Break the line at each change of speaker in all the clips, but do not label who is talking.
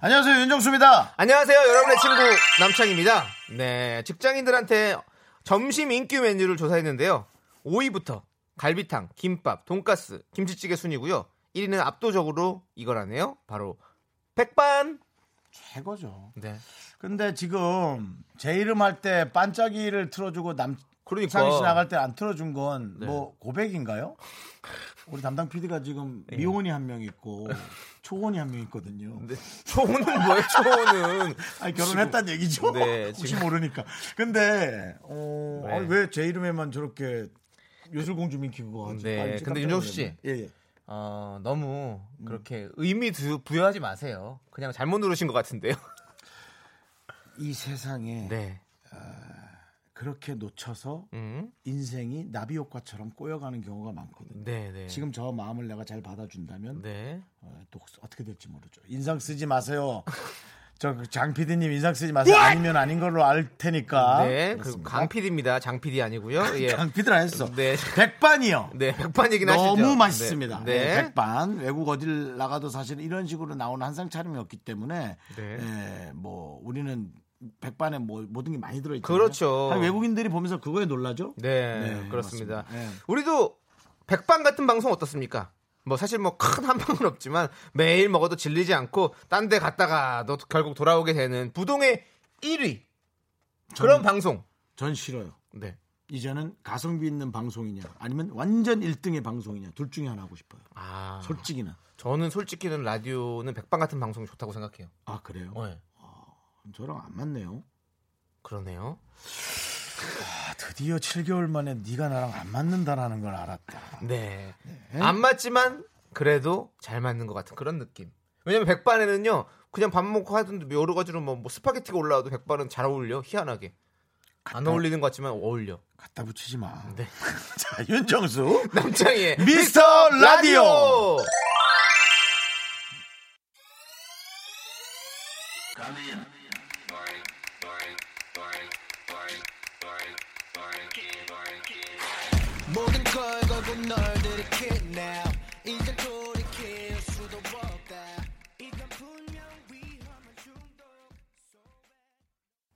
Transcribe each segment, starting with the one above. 안녕하세요 윤정수입니다.
안녕하세요, 여러분의 친구 남창입니다. 네, 직장인들한테 점심 인기 메뉴를 조사했는데요. 5위부터 갈비탕, 김밥, 돈가스, 김치찌개 순이고요. 1위는 압도적으로 이거라네요. 바로 백반.
최고죠.
네.
근데 지금 제 이름 할 때 반짝이를 틀어주고 남
그러니까. 네.
상희 씨 나갈 때 안 틀어준 건 뭐 고백인가요? 우리 담당 PD가 지금 미혼이 한 명 있고 초혼이 한 명 있거든요.
예. 네, 초호는 뭐예요? 초호는
아니 결혼했단 얘기죠.
네,
혹시
지금-
모르니까. 근데 어,
네.
왜 제 이름에만 저렇게 요술공주 민키 그거 하지?
네,
아, 진짜
근데
깜짝
윤정수 씨.
놀랐네. 예, 예.
어, 너무 그렇게 의미 두- 부여하지 마세요. 그냥 잘못 누르신 것 같은데요.
이 세상에
네.
그렇게 놓쳐서
음.
인생이 나비 효과처럼 꼬여가는 경우가 많거든요.
네, 네.
지금 저 마음을 내가 잘 받아준다면
네.
어, 또 어떻게 될지 모르죠. 인상 쓰지 마세요. 저그 장 PD님 인상 쓰지 마세요. 아니면 아닌 걸로 알 테니까.
뭐! 네. 그리고 강 PD입니다. 장 PD 아니고요. 예.
강 PD라 했어.
네.
백반이요.
네, 백반 얘기는 하시죠.
너무 맛있습니다.
네.
네, 백반 외국 어딜 나가도 사실 이런 식으로 나오는 한상 차림이 없기 때문에
네.
예, 뭐 우리는 백반에 뭐 모든 게 많이 들어있죠.
그렇죠.
외국인들이 보면서 그거에 놀라죠.
네,
네,
그렇습니다.
맞습니다. 네.
우리도 백반 같은 방송 어떻습니까? 뭐 사실 뭐 큰 한방은 없지만 매일 먹어도 질리지 않고 딴 데 갔다가도 결국 돌아오게 되는 부동의 1위 그런 방송.
전 싫어요.
네.
이제는 가성비 있는 방송이냐 아니면 완전 1등의 방송이냐 둘 중에 하나 하고 싶어요.
아,
솔직히는.
저는 솔직히는 라디오는 백반 같은 방송이 좋다고 생각해요.
아 그래요?
네.
저랑 안 맞네요.
그러네요.
아, 드디어 7개월 만에 네가 나랑 안 맞는다라는 걸 알았다.
네. 안 맞지만 그래도 잘 맞는 것 같은 그런 느낌. 왜냐면 백반에는요 그냥 밥 먹고 하든 여러 가지로 뭐, 뭐 스파게티가 올라와도 백반은 잘 어울려 희한하게 안 어울리는 것 같지만 어울려.
갖다 붙이지 마.
네.
자 윤정수
남창희의
네. 미스터 라디오.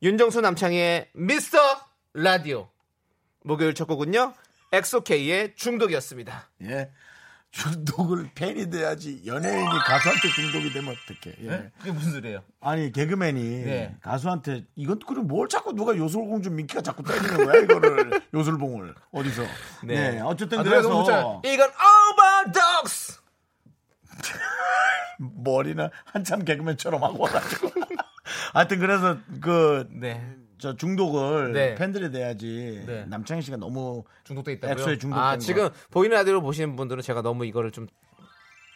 윤정수 남창희의 미스터 라디오 목요일 첫 곡은요 엑소케이의 중독이었습니다. 예. 중독을 팬이 돼야지 연예인이 가수한테 중독이 되면 어떡해. 예.
그게 무슨 소리예요?
아니 개그맨이
네.
가수한테 이건 또 그럼 뭘 자꾸 누가 요술공주 민키가 자꾸 때리는 거야 이거를 요술봉을 어디서 네, 어쨌든
아,
그래서
뭐 이건 오버독스
머리는 한참 개그맨처럼 하고 와가지고 하여튼 그래서 그 저
네
중독을
네.
팬들이 돼야지
네.
남창희 씨가 너무
중독돼 있다고요?
엑소에 중독된
아
거.
지금 보이는 라디오로 보시는 분들은 제가 너무 이거를 좀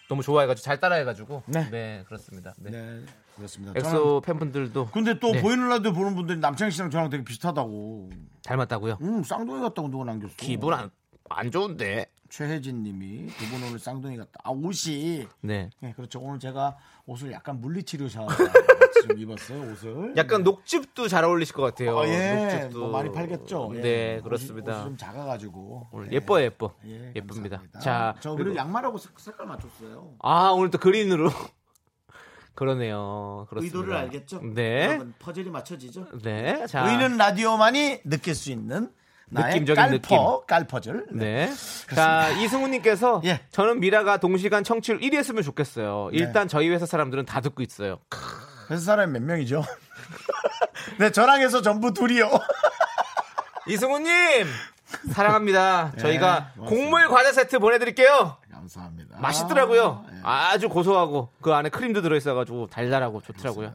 너무 좋아해가지고 잘 따라해가지고
네.
네, 그렇습니다. 네.
네 그렇습니다. 저는-
엑소 팬분들도
근데 또
네.
보이는 라디오 보는 분들이 남창희 씨랑 저랑 되게 비슷하다고
닮았다고요?
음 쌍둥이 같다고 누가 남겼어.
기분 안, 안 좋은데.
최혜진님이 두 분 오늘 쌍둥이 같다. 아 옷이
네.
네, 그렇죠. 오늘 제가 옷을 약간 물리치료사 같이 좀 입었어요. 옷을
약간 녹즙도 잘 어울리실 것 같아요.
어, 예,
녹즙도
뭐 많이 팔겠죠. 예.
네,
옷이-
그렇습니다.
옷이 좀 작아가지고
오늘
예.
예뻐요, 예뻐.
예,
예쁩니다.
감사합니다.
자,
저 그리고 양말하고 색- 색깔 맞췄어요.
아 오늘 또 그린으로 그러네요. 그렇습니다.
의도를 알겠죠?
네,
여러분, 퍼즐이 맞춰지죠?
네, 자,
의는 라디오만이 느낄 수 있는 나의
느낌적인
깔퍼, 깔퍼즐. 네.
네. 자, 이승우님께서
예. 네.
저는 미라가 동시간 청취율 1위 했으면 좋겠어요. 일단 저희 회사 사람들은 다 듣고 있어요.
그 회사 사람이 몇 명이죠? 네, 저랑 해서 전부 둘이요.
이승우님! 사랑합니다. 저희가
네, 고맙습니다. 아,
곡물 과자 세트 보내드릴게요.
감사합니다.
맛있더라고요.
예.
아주 고소하고 그 안에 크림도 들어있어가지고 달달하고 좋더라고요.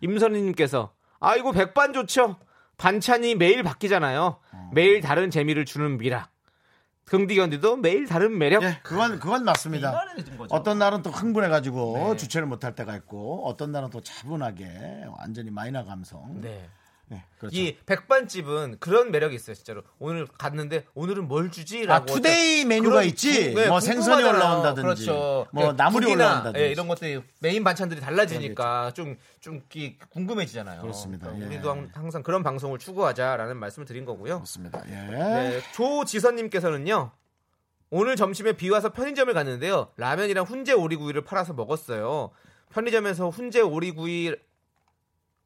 임선희님께서 아이고 백반
어.
좋죠. 반찬이 매일 바뀌잖아요. 매일 다른 재미를 주는 미라. 긍디견디도 매일 다른 매력.
예, 그건 그건 맞습니다.
이거는 좀 거죠.
어떤 날은 또 흥분해가지고
네.
주체를 못할 때가 있고 어떤 날은 또 차분하게 완전히 마이너 감성.
네.
네, 그렇죠.
이 백반집은 그런 매력이 있어요, 진짜로. 오늘 갔는데 오늘은 뭘 주지라고.
아, 투데이
어떤-
메뉴가
그런 네,
있지?
궁-
뭐 생선이
궁금하잖아요.
올라온다든지,
그렇죠.
뭐 나물이
국이나,
올라온다든지. 네, 그렇죠.
예, 이런 것들이 메인 반찬들이 달라지니까 좀좀 궁금해지잖아요.
그렇습니다.
그러니까
예.
우리도 항- 항상 그런 방송을 추구하자라는 말씀을 드린 거고요.
맞습니다. 예.
네, 조지선님께서는요. 오늘 점심에 비 와서 편의점을 갔는데요. 라면이랑 훈제 오리구이를 팔아서 먹었어요. 편의점에서 훈제 오리구이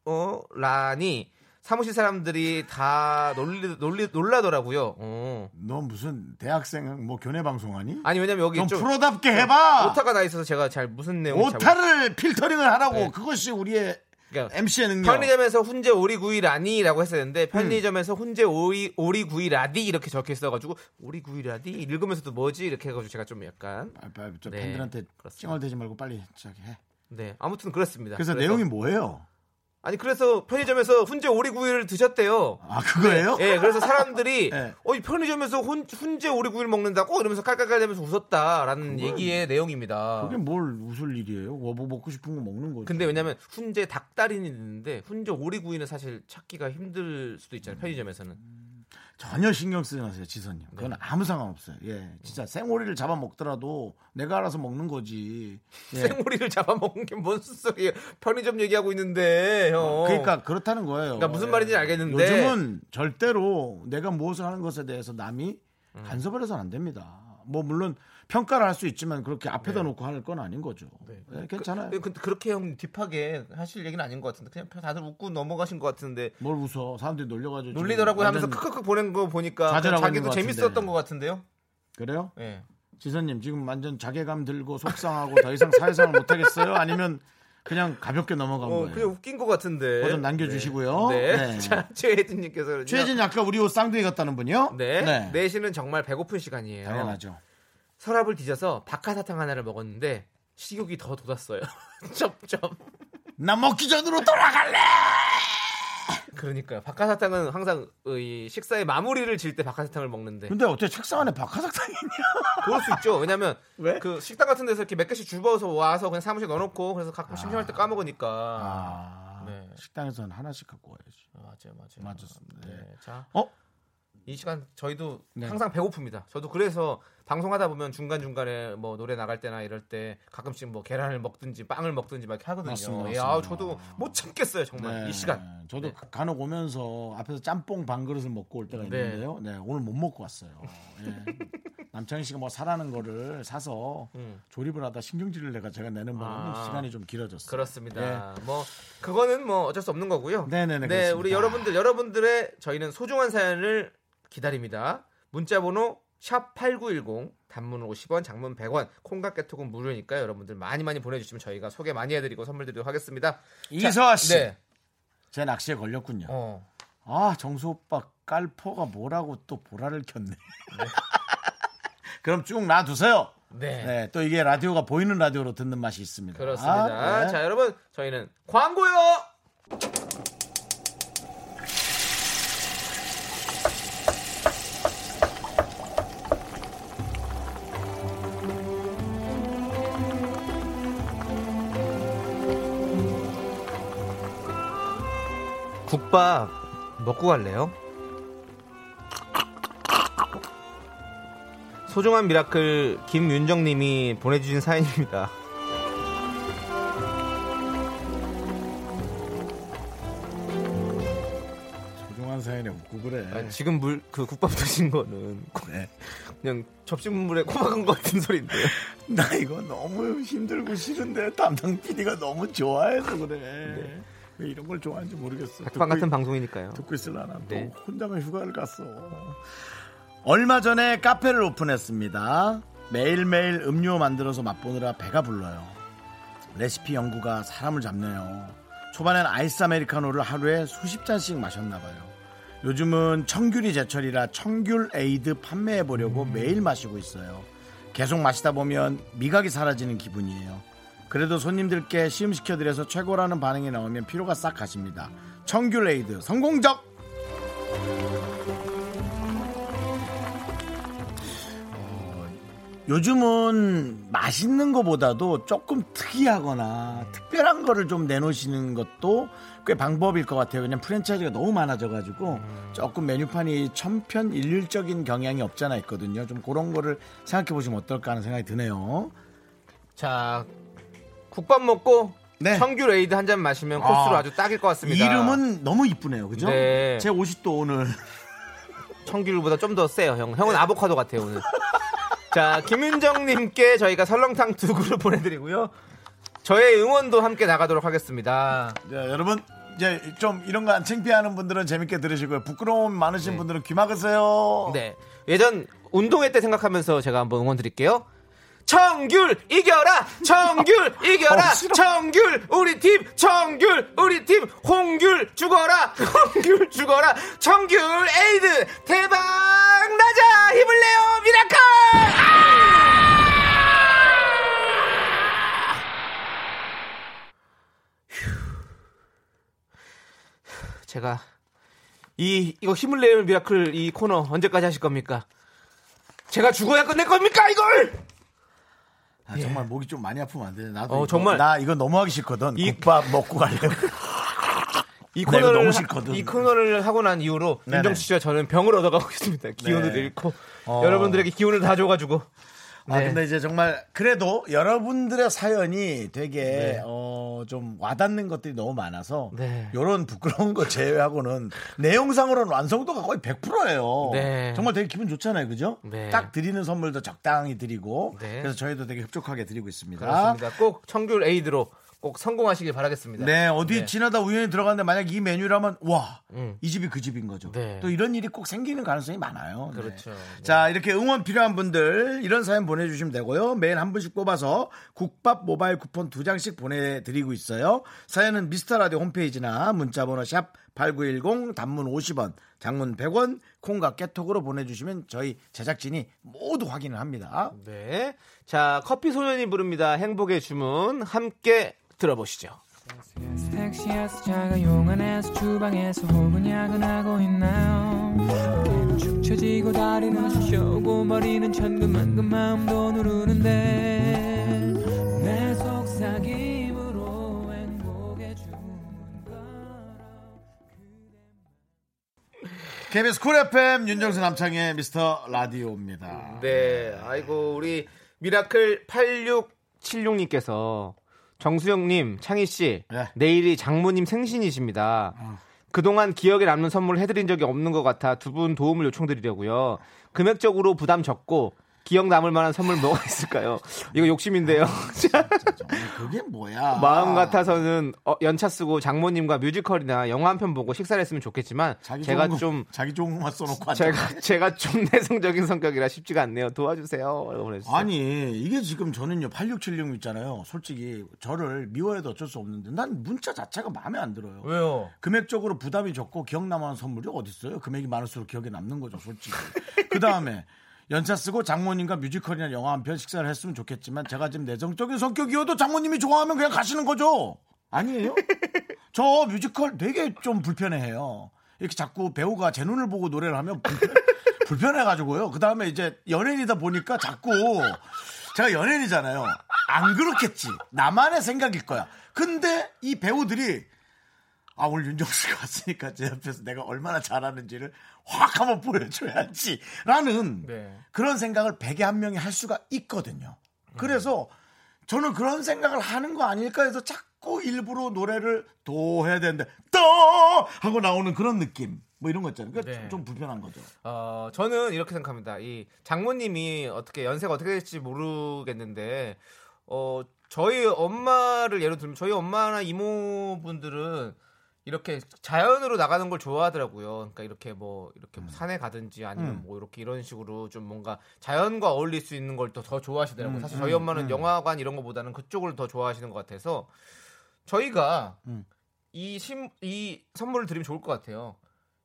어 라니 사무실 사람들이 다 놀리, 놀리 놀라더라고요. 어.
너 무슨 대학생 뭐 교내 방송하니?
아니 왜냐면 여기
좀
좀,
프로답게 해봐.
오타가 나 있어서 제가 잘 무슨 내용인지 잘
오타, 를 필터링을 하라고
네.
그것이 우리의
그러니까
MC의 능력.
편의점에서 훈제 오리구이 라니라고
음.
했었는데 편의점에서 훈제 오리 오리구이 라디 이렇게 적혀 있어가지고 오리구이 라디 읽으면서도 뭐지 이렇게 해가지고 제가 좀 약간
아, 아, 저
네,
팬들한테
그렇습니다.
찡얼대지 말고 빨리 저기 해.
네 아무튼 그렇습니다.
그래서 내용이 뭐예요?
아니 그래서 편의점에서 훈제 오리구이를 드셨대요.
아 그거예요?
예, 그래서 사람들이
예.
어, 이 편의점에서 훈, 훈제 오리구이를 먹는다고 이러면서 깔깔깔대면서 웃었다라는 얘기의 내용입니다.
뭐 그게 뭘 웃을 일이에요? 뭐, 뭐 먹고 싶은 거 먹는 거죠.
근데 왜냐면 훈제 닭다리는 있는데 훈제 오리구이는 사실 찾기가 힘들
음.
수도 있잖아요. 편의점에서는.
전혀 신경 쓰지 마세요, 지선님. 그건
네.
아무 상관없어요. 예, 진짜 생오리를 잡아 먹더라도 내가 알아서 먹는 거지. 예.
생오리를 잡아먹는 게 뭔 소리예요. 편의점 얘기하고 있는데 형.
그러니까 그렇다는 거예요.
그러니까 무슨 말인지 알겠는데
요즘은 절대로 내가 무엇을 하는 것에 대해서 남이
음.
간섭을 해서는 안 됩니다. 뭐 물론 평가를 할 수 있지만 그렇게 앞에다 놓고 할 건 아닌 거죠. 예, 괜찮아요.
네. 그, 근데 그렇게 형 딥하게 하실 얘기는 아닌 것 같은데 그냥 다들 웃고 넘어가신 것 같은데
뭘 웃어? 사람들이 놀려가지고 지금
놀리더라고요 하면서
완전-
크크크 보낸 거 보니까
좌절하고
자기도
있는 것
재밌었던
같은데.
것 같은데요.
그래요?
예.
지선님 지금 완전 자괴감 들고 속상하고 더 이상 사회생활 못하겠어요? 아니면 그냥 가볍게 넘어간
어,
거예요?
그냥 웃긴 것 같은데.
그거 좀 남겨주시고요.
네.
네.
자, 최혜진님께서는.
최혜진 아까 우리 옷 쌍둥이 같다는 분이요?
네. 네. 시는 정말 배고픈 시간이에요.
당연하죠.
서랍을 뒤져서 박하사탕 하나를 먹었는데 식욕이 더 돋았어요. 점점.
나 먹기 전으로 돌아갈래.
그러니까요. 박하사탕은 항상 이 식사의 마무리를 질 때 박하사탕을 먹는데.
근데 어떻게 책상 안에 박하사탕이 있냐?
그럴 수 있죠. 왜냐면
왜?
그 식당 같은 데서 이렇게 몇 개씩 주워서 와서 그냥 사무실 넣어놓고 그래서 가끔 심심할 때 까먹으니까.
아,
네.
식당에서는 하나씩 갖고 와야지.
어, 맞아요, 맞아요.
맞았습니다.
네. 자,
어?
이 시간 저희도
네.
항상 배고픕니다. 저도 그래서 방송하다 보면 중간 중간에 뭐 노래 나갈 때나 이럴 때 가끔씩 뭐 계란을 먹든지 빵을 먹든지 막 이렇게 하거든요.
맞습니다,
예,
맞습니다.
아우, 저도 못 참겠어요 정말
네.
이 시간.
저도
네.
간혹 오면서 앞에서 짬뽕 반 그릇을 먹고 올 때가
네.
있는데요. 네, 오늘 못 먹고 왔어요. 예. 남창희 씨가 뭐 사라는 거를 사서
음.
조립을 하다 신경질을 내가 제가 내는 바람에
아.
시간이 좀 길어졌어요. 예.
그렇습니다. 뭐 그거는 뭐 어쩔 수 없는 거고요.
네. 네네네,
네,
그렇습니다.
우리 여러분들 여러분들의 저희는 소중한 사연을 기다립니다. 문자번호 샵 #8910 단문은 50원, 장문 100원, 콩깍 개톡은 무료니까 여러분들 많이 많이 보내주시면 저희가 소개 많이 해드리고 선물 드리도록 하겠습니다.
이서아 씨,
네.
제 낚시에 걸렸군요.
어.
아 정수 오빠 깔포가 뭐라고 또 보라를 켰네. 그럼 쭉 놔두세요.
네.
네, 또 이게 라디오가 보이는 라디오로 듣는 맛이 있습니다.
그렇습니다.
아, 네.
자, 여러분, 저희는 광고요! 국밥 먹고 갈래요? 소중한 미라클 김윤정님이 보내주신 사연입니다.
소중한 사연에 웃고 그래.
아니, 지금 물 그 국밥 드신 거는 고-
네.
그냥 접시물에 코박은 것 같은 소리인데요.
나 이거 너무 힘들고 싫은데 담당 PD가 너무 좋아해서 그래. 왜 이런 걸 좋아하는지 모르겠어.
백반 같은
듣고
네. 방송이니까요.
듣고 있을라나
네.
또 혼자만 휴가를 갔어 얼마 전에 카페를 오픈했습니다 매일매일 음료 만들어서 맛보느라 배가 불러요 레시피 연구가 사람을 잡네요 초반엔 아이스 아메리카노를 하루에 수십 잔씩 마셨나봐요 요즘은 청귤이 제철이라 청귤 에이드 판매해보려고 매일 마시고 있어요 계속 마시다 보면 미각이 사라지는 기분이에요 그래도 손님들께 시음시켜드려서 최고라는 반응이 나오면 피로가 싹 가십니다. 청귤레이드 성공적! 요즘은 맛있는 거보다도 조금 특이하거나 특별한 거를 좀 내놓으시는 것도 꽤 방법일 것 같아요. 왜냐면 프랜차이즈가 너무 많아져가지고 조금 메뉴판이 천편일률적인 경향이 없잖아 있거든요. 좀 그런 거를 생각해 보시면 어떨까 하는 생각이 드네요.
자, 국밥 먹고
네.
청귤 에이드 한 잔 마시면 코스로
아,
아주 딱일 것 같습니다.
이름은 너무 이쁘네요, 그죠?
네.
제 옷이 또 오늘
청귤보다 좀 더 세요, 형. 형은 아보카도 같아요, 오늘. 자, 김윤정님께 저희가 설렁탕 두 그릇 보내드리고요. 저의 응원도 함께 나가도록 하겠습니다.
자, 여러분 이제 좀 이런 거 안 창피하는 분들은 재밌게 들으시고요. 부끄러움 많으신
네.
분들은 귀 막으세요.
네. 예전 운동회 때 생각하면서 제가 한번 응원 드릴게요. 청귤 이겨라! 청귤 이겨라!
어, 싫어.
청귤 우리 팀! 청귤 우리 팀! 홍귤 죽어라! 홍귤 죽어라! 청귤 에이드 대박 나자! 힘을 내요 미라클! 아! 휴. 제가 이 이거 힘을 내는 미라클 이 코너 언제까지 하실 겁니까? 제가 죽어야 끝낼 겁니까 이걸?
아, 정말 목이 좀 많이 아프면 안 되네. 나도
예. 어,
이거,
정말.
나 이거 너무 하기 싫거든.
이-
국밥 먹고 갈래요.
이
나 네, 이거
코너를
너무
하-
싫거든.
이 코너를 하고 난 이후로
네네.
윤정수 씨와 저는 병을 얻어가고 있습니다. 기운을
네.
잃고
어.
여러분들에게 기운을 다 줘가지고
아
네.
근데 이제 정말 그래도 여러분들의 사연이 되게 어, 좀 와닿는 것들이 너무 많아서
네.
이런 부끄러운 거 제외하고는 내용상으로는 완성도가 거의 100%예요.
네.
정말 되게 기분 좋잖아요, 그죠?
네.
딱 드리는 선물도 적당히 드리고
네.
그래서 저희도 되게 흡족하게 드리고 있습니다.
그렇습니다. 꼭 청귤 에이드로 꼭 성공하시길 바라겠습니다.
네, 어디
네.
지나다 우연히 들어갔는데 만약 이 메뉴라면 와,
음.
이 집이 그 집인 거죠.
네.
또 이런 일이 꼭 생기는 가능성이 많아요. 네.
그렇죠. 네.
자, 이렇게 응원 필요한 분들 이런 사연 보내주시면 되고요. 매일 한 분씩 뽑아서 국밥 모바일 쿠폰 두 장씩 보내드리고 있어요. 사연은 미스터 라디오 홈페이지나 문자번호 샵 8910 단문 50원, 장문 100원, 콩과 깨톡으로 보내주시면 저희 제작진이 모두 확인을 합니다.
네. 자 커피 소년이 부릅니다. 행복의 주문 함께 들어보시죠.
택시에서 차가 용안에서 주방에서 혹은 야근하고 있나요 어깨는 축 처지고 다리는 쑤셔고 머리는 천근만근 마음도 누르는데 내 속삭임으로 행복해 주는 거라
KBS 쿨 FM 윤정수 남창의 미스터 라디오입니다.
네, 아이고 우리 미라클 8676님께서 정수영님, 창희 씨,
네. 어.
내일이 장모님 생신이십니다. 그동안 기억에 남는 선물 해드린 적이 없는 것 같아 두 분 도움을 요청드리려고요. 금액적으로 부담 적고 기억 남을 만한 선물 뭐가 있을까요? 이거 욕심인데요.
그게 뭐야?
마음 같아서는 어, 연차 쓰고 장모님과 뮤지컬이나 영화 한 편 보고 식사를 했으면 좋겠지만
자기
제가
좋은 거-
좀
자기 좋은 것만 써놓고 앉아.
제가 제가 좀 내성적인 성격이라 쉽지가 않네요. 도와주세요. 라고 보내주세요.
아니 이게 지금 저는요 8676 있잖아요. 솔직히 저를 미워해도 어쩔 수 없는데 난 문자 자체가 마음에 안 들어요.
왜요?
금액적으로 부담이 적고 기억 남는 선물이 어디 있어요? 금액이 많을수록 기억에 남는 거죠, 솔직히. 그 다음에 연차 쓰고 장모님과 뮤지컬이나 영화 한 편 식사를 했으면 좋겠지만 제가 지금 내정적인 성격이어도 장모님이 좋아하면 그냥 가시는 거죠. 아니에요? 저 뮤지컬 되게 좀 불편해해요. 이렇게 자꾸 배우가 제 눈을 보고 노래를 하면 불편, 해가지고요그 다음에 이제 연예인이다 보니까 자꾸 제가 연예인이잖아요. 안 그렇겠지. 나만의 생각일 거야. 근데 이 배우들이 아 오늘 윤정수가 왔으니까 제 옆에서 내가 얼마나 잘하는지를 확 한번 보여줘야지라는
네.
그런 생각을 백에 한 명이 할 수가 있거든요. 그래서 저는 그런 생각을 하는 거 아닐까 해서 자꾸 일부러 노래를 도 해야 되는데 또 하고 나오는 그런 느낌 뭐 이런 거 있잖아요. 그러니까
네.
좀 불편한 거죠.
어, 저는 이렇게 생각합니다. 이 장모님이 어떻게 연세가 어떻게 될지 모르겠는데, 어, 저희 엄마를 예로 들면 저희 엄마나 이모분들은 이렇게 자연으로 나가는 걸 좋아하더라고요. 그러니까 이렇게 뭐 이렇게 뭐 산에 가든지 아니면 뭐 이렇게 이런 식으로 좀 뭔가 자연과 어울릴 수 있는 걸 더 좋아하시더라고요. 사실 저희 엄마는 영화관 이런 거보다는 그쪽을 더 좋아하시는 것 같아서 저희가
음.
이, 심, 이 선물을 드리면 좋을 것 같아요.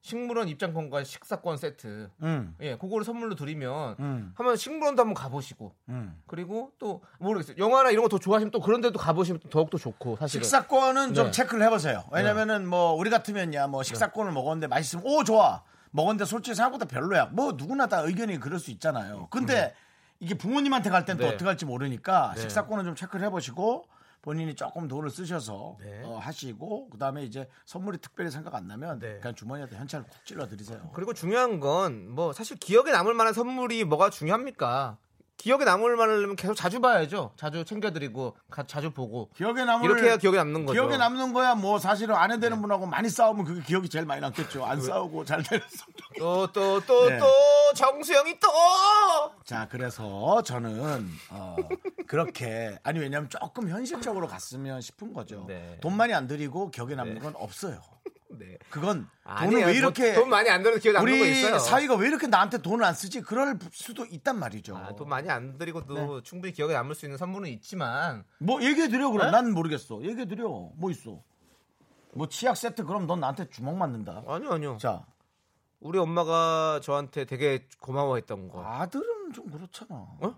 식물원 입장권과 식사권 세트.
음,
예, 그거를 선물로 드리면
음,
한번 식물원도 한번 가보시고
음.
그리고 또 모르겠어요. 영화나 이런 거 더 좋아하시면 또 그런 데도 가보시면 또 더욱더 좋고 사실은.
식사권은 좀
네.
체크를 해보세요. 왜냐면은 뭐 우리 같으면야 뭐 식사권을 먹었는데 맛있으면 오 좋아 먹었는데 솔직히 생각보다 별로야. 뭐 누구나 다 의견이 그럴 수 있잖아요. 근데 이게 부모님한테 갈 땐 또
음. 네.
어떻게 할지 모르니까
네.
식사권을 좀 체크를 해보시고 본인이 조금 돈을 쓰셔서
네.
어, 하시고 그다음에 이제 선물이 특별히 생각 안 나면
네.
그냥 주머니에다 현찰을 콕 찔러 드리세요.
그리고 중요한 건 뭐 사실 기억에 남을 만한 선물이 뭐가 중요합니까? 기억에 남을 만하려면 계속 자주 봐야죠. 자주 챙겨드리고 가- 자주 보고
기억에 남을
이렇게 해야 기억에 남는 거죠. 네.
기억에 남는 거야 뭐 사실은 안 해되는 분하고 많이 싸우면 그게 기억이 제일 많이 남겠죠. 안
그
싸우고 잘 되는 성적.
또 또 또 또
네.
정수영이 또
자 그래서 저는 어, 그렇게 아니 왜냐면 조금 현실적으로 갔으면 싶은 거죠.
네.
돈 많이 안 들이고 기억에 남는
네.
건 없어요.
네.
그건
아니에요.
돈을 왜
뭐
이렇게
돈 많이 안 들어도 기억에 남는 거 있어요.
우리 사위가 왜 이렇게 나한테 돈을 안 쓰지? 그럴 수도 있단 말이죠.
아, 돈 많이 안
네.
드리고도 충분히 기억에 남을 수 있는 선물은 있지만
뭐 얘기해 드려
네?
그럼 난 모르겠어. 얘기해 드려. 뭐 있어? 뭐 치약 세트 그럼 넌 나한테 주먹 맞는다.
아니요 아니요
자
우리 엄마가 저한테 되게 고마워했던 거
아들은 좀 그렇잖아.
어?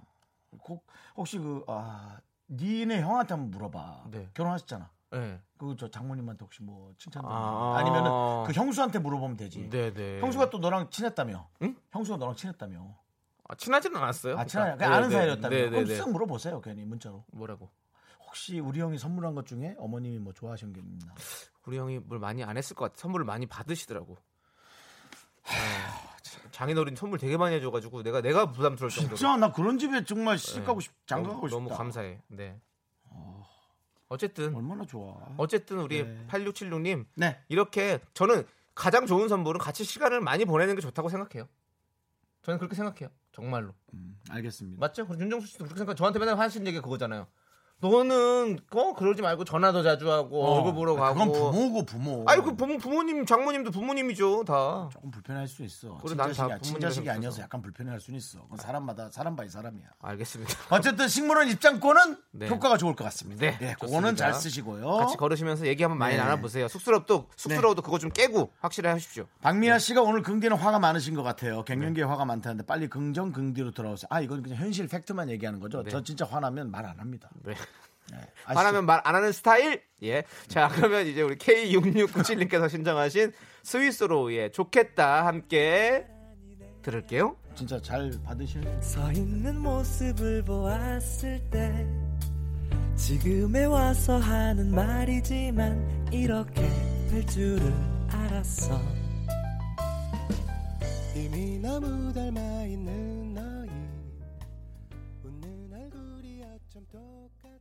혹- 혹시 그 아, 니네 형한테 한번 물어봐.
네.
결혼하셨잖아.
네.
그 저 장모님한테 혹시 뭐 칭찬도
아.
아~ 니면은그 형수한테 물어보면 되지.
네네
형수가 또 너랑 친했다며?
응?
형수가 너랑 친했다며?
아, 친하지는 않았어요
아 친하냐? 그냥
네,
아는
네,
사이였다며?
네, 네,
그럼
네.
쓱 물어보세요 괜히 문자로.
뭐라고
혹시 우리 형이 선물한 것 중에 어머님이 뭐 좋아하신 게 있나?
우리 형이 뭘 많이 안 했을 것 같아. 선물을 많이 받으시더라고. 아, 참. 장인어른 선물 되게 많이 해줘가지고 내가 내가 부담스러울 정도로.
진짜 나 그런 집에 정말
네.
시집 가고 싶, 장가 가고
너무,
싶다. 어.
너무 감사해. 네. 어쨌든
얼마나 좋아.
어쨌든 우리
네.
8676님
네.
이렇게 저는 가장 좋은 선물은 같이 시간을 많이 보내는 게 좋다고 생각해요. 저는 그렇게 생각해요. 정말로.
음, 알겠습니다.
맞죠? 그리고 윤정수 씨도 그렇게 생각. 저한테 맨날 하시는 얘기 가 그거잖아요. 너는 어 그러지 말고 전화도 자주 하고
어,
얼굴 보러 가고.
그건 부모고 부모.
아니 그 부모, 부모님 장모님도 부모님이죠 다.
조금 불편할 수 있어.
그래, 난다
친자식이,
부모님이라서
친자식이 아니어서
그렇죠.
약간 불편할 수는 있어. 그건 사람마다 사람 바이 사람이야.
알겠습니다.
어쨌든 식물원 입장권은
네.
효과가 좋을 것 같습니다.
네,
예, 그거는
좋습니다.
잘 쓰시고요.
같이 걸으시면서 얘기 한번 많이
네.
나눠보세요. 쑥스럽도 쑥스러워도 그거 좀 깨고 확실히 하십시오.
박미아
네.
씨가 오늘 긍디는 화가 많으신 것 같아요. 갱년기에 화가 많다는데 빨리 긍정 긍디로 돌아오세요. 아 이건 그냥 현실 팩트만 얘기하는 거죠.
네.
전 진짜 화나면 말 안 합니다.
네.
아시죠?
화나면 말 안 하는 스타일. 예. 자 그러면 이제 우리 K6697님께서 신청하신 스위스로의 좋겠다 함께 들을게요.
진짜 잘 받으시는
서 있는 모습을 보았을 때 지금에 와서 하는 말이지만 이렇게 될 줄은 알았어 이미 너무 닮아 있는 너희 웃는 얼굴이 어쩜 똑같아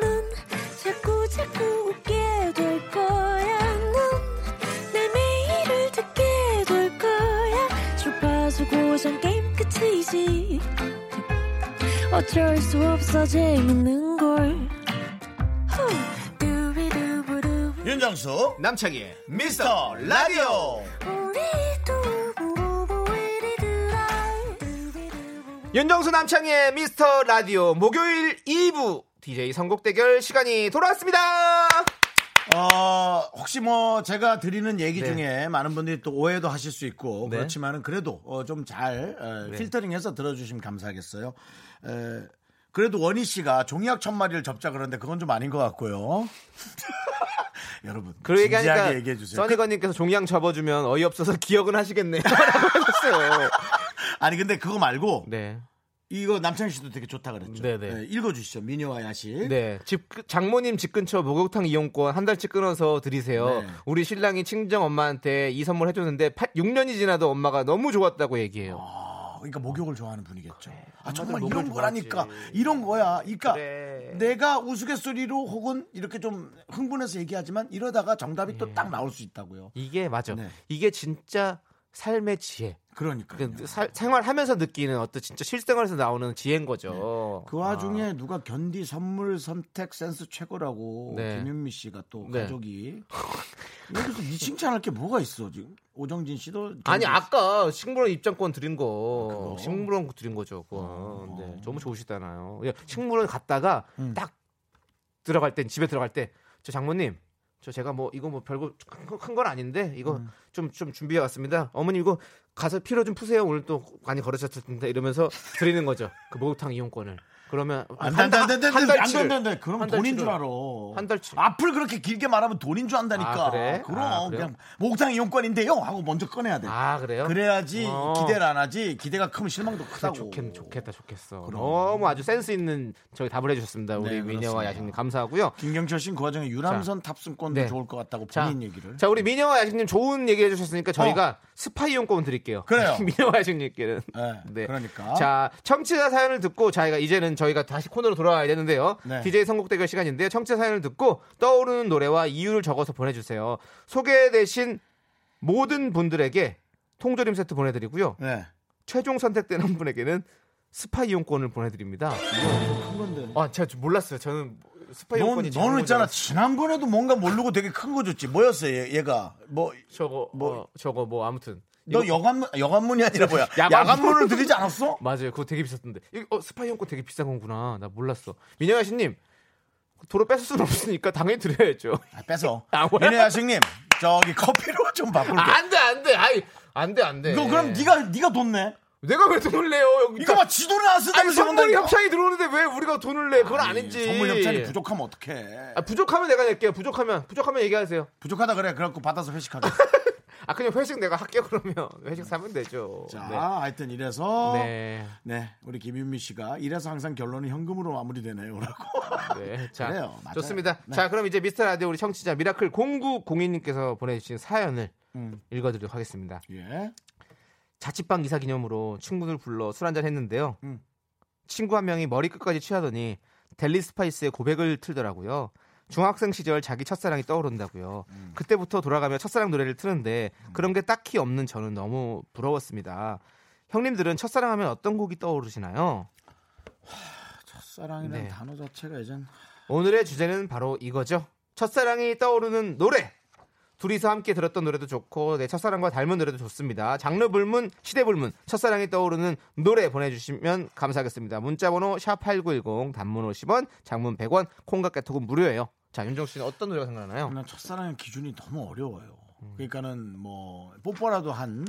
넌 자꾸 자꾸 웃게 될 거야. 넌내 매일을 듣게 될 거야. 주파수 고정 게임 끝이지. 어쩔 수 없어 재밌는 걸. 후. 두비두부두.
윤정수
남창희의
미스터 라디오
우리 두부부부 우리들아. 두비두부부.
윤정수 남창희의 미스터 라디오 목요일 2부 DJ 선곡 대결 시간이 돌아왔습니다.
어, 혹시 뭐 제가 드리는 얘기
네.
중에 많은 분들이 또 오해도 하실 수 있고
네.
그렇지만은 그래도 어, 좀 잘 어,
네.
필터링해서 들어주시면 감사하겠어요. 에, 그래도 원희 씨가 종이학 천 마리를 접자 그러는데 그건 좀 아닌 것 같고요. 여러분
그
진지하게
얘기하니까
얘기해 주세요.
써니건님께서 종양 접어주면 어이없어서 기억은 하시겠네요라고 하셨어요.
아니 근데 그거 말고
네.
이거 남창희 씨도 되게 좋다 그랬죠.
네네.
네, 읽어주시죠. 미녀와 야식.
네, 집 그- 장모님 집 근처 목욕탕 이용권 한 달치 끊어서 드리세요.
네.
우리 신랑이 친정 엄마한테 이 선물 해줬는데 6년이 지나도 엄마가 너무 좋았다고 얘기해요.
아, 그러니까 목욕을 좋아하는 분이겠죠. 아 정말
네. 엄마들
이런
목욕을
거라니까
좋아하지.
이런 거야. 그러니까
그래.
내가 우스갯소리로 혹은 이렇게 좀 흥분해서 얘기하지만 이러다가 정답이
예.
또 딱 나올 수 있다고요.
이게 맞아.
네.
이게 진짜 삶의 지혜.
그러니까
그 살- 생활하면서 느끼는 어떤 진짜 실생활에서 나오는 지혜인 거죠. 어.
그
아.
와중에 누가 견디 선물 선택 센스 최고라고
네.
김윤미 씨가 또
네.
가족이 여기서 니 칭찬할 게 뭐가 있어 지금 오정진 씨도
아. 니
견디-
아까 식물원 입장권 드린 거
아, 그거? 아.
식물원 드린 거죠. 그거. 네, 너무 좋으시잖아요. 예, 식물원 갔다가
음.
딱 들어갈 때 집에 들어갈 때 저 장모님 저 제가 뭐 이거 뭐 별거 큰 건 아닌데 이거
음.
좀 좀 준비해 왔습니다. 어머님 이거 가서 피로 좀 푸세요. 오늘 또 많이 걸으셨을 텐데 이러면서 드리는 거죠. 그 목욕탕 이용권을. 그러면
안돼 안돼 안돼
한
안돼
달치를.
안돼 안돼 그럼
한
돈인
달치를.
줄 알아
한 달치를.
앞을 그렇게 길게 말하면 돈인 줄 안다니까
아, 그래?
럼
아, 그래요?
그냥 목장 이용권인데요 하고 먼저 꺼내야 돼
아 그래요?
그래야지
어.
기대를 안 하지 기대가 크면 실망도 크다고
좋겠, 좋겠다 좋겠어
그럼.
너무 아주 센스 있는 저희 답을 해주셨습니다 우리
네,
미녀와
그렇습니다.
야식님 감사하고요
김경철 씨는 그 와중에 유람선 탑승권도
네.
좋을 것 같다고
자,
본인 얘기를
자 우리 미녀와 야식님 좋은 얘기 해주셨으니까 저희가 스파이 용권 드릴게요
어. 그래요.
미녀와 야식님께는
네, 그러니까.
자 청취자 사연을 듣고 저희가 이제는 저희가 다시 코너로 돌아와야 되는데요
네.
DJ 선곡 대결 시간인데요 청취자 사연을 듣고 떠오르는 노래와 이유를 적어서 보내주세요 소개 대신 모든 분들에게 통조림 세트 보내드리고요
네.
최종 선택된 한 분에게는 스파 이용권을 보내드립니다.
큰 건데.
아, 제가 좀 몰랐어요. 저는 스파
넌,
뭐 이용권이
너는 있잖아. 지난번에도 뭔가 모르고 되게 큰 거 줬지. 뭐였어, 얘, 얘가? 뭐,
저거 뭐
뭐-
저거 뭐 아무튼
너
이거-
여관문, 여관문이 아니라 뭐야?
야간문.
야간문을 들이지 않았어?
맞아요. 그거 되게 비쌌던데. 이거 어, 스파 이용권 되게 비싼 거구나. 나 몰랐어. 민영아 씨님 도로 뺏을 수는 없으니까 당연히 드려야죠.
아, 뺏어.
아, 뭐야?
민혜 야식님, 저기 커피로 좀 바꿀게.
아, 안돼 안돼. 아이 안돼 안돼.
이거 그럼 네가 네가 돈 내.
내가 왜 돈을 내요? 여기
이거 봐, 지도를 안
아니
쓰다면서
선물
본다니까.
협찬이 들어오는데 왜 우리가 돈을 내? 그건
아니,
아니지.
선물 협찬이 부족하면 어떡해.
아, 부족하면 내가 낼게요. 부족하면 부족하면 얘기하세요.
부족하다 그래. 그래갖고 받아서 회식하게.
아 그냥 회식 내가 할게 그러면 회식 사면 되죠.
자,
네.
하여튼 이래서. 네.
네.
우리 김윤미 씨가 이래서 항상 결론은 현금으로 마무리되네요라고.
네. 자,
그래요. 맞아요.
좋습니다.
네.
자, 그럼 이제 미스터 라디오 우리 청취자 미라클 0902님께서 보내주신 사연을
음.
읽어드리도록 하겠습니다.
예.
자취방 이사 기념으로 친구들 불러 술 한잔 했는데요.
음.
친구 한 명이 머리 끝까지 취하더니 델리 스파이스의 고백을 틀더라고요. 중학생 시절 자기 첫사랑이 떠오른다고요.
음.
그때부터 돌아가며 첫사랑 노래를 트는데 그런 게 딱히 없는 저는 너무 부러웠습니다. 형님들은 첫사랑 하면 어떤 곡이 떠오르시나요?
첫사랑이라는
네.
단어 자체가 예전
오늘의 주제는 바로 이거죠. 첫사랑이 떠오르는 노래. 둘이서 함께 들었던 노래도 좋고 내 첫사랑과 닮은 노래도 좋습니다. 장르 불문, 시대 불문, 첫사랑이 떠오르는 노래 보내주시면 감사하겠습니다. 문자번호 샵8910 단문 50원, 장문 100원, 콩과 깨톡은 무료예요. 자, 윤정 씨는 어떤 노래가 생각나나요?
그냥 첫사랑의 기준이 너무 어려워요. 그러니까는 뭐 뽀뽀라도 한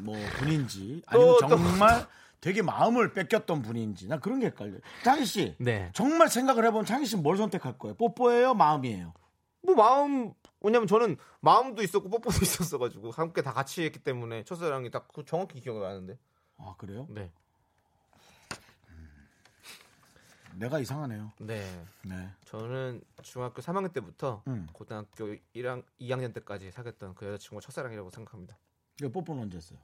뭐 분인지 아니면
또, 또.
정말 되게 마음을 뺏겼던 분인지 나 그런 게 헷갈려. 요 창희 씨,
네.
정말 생각을 해보면 창희 씨는 뭘 선택할 거예요? 뽀뽀예요, 마음이에요?
뭐 마음 왜냐면 저는 마음도 있었고 뽀뽀도 있었어가지고 함께 다 같이 했기 때문에 첫사랑이 딱 그 정확히 기억이 나는데.
아 그래요?
네.
내가 이상하네요.
네.
네.
저는 중학교 3학년 때부터
음.
고등학교 1학, 2학년 때까지 사귀었던 그 여자친구 가 첫사랑이라고 생각합니다.
이거 뽀뽀는 언제 했어요?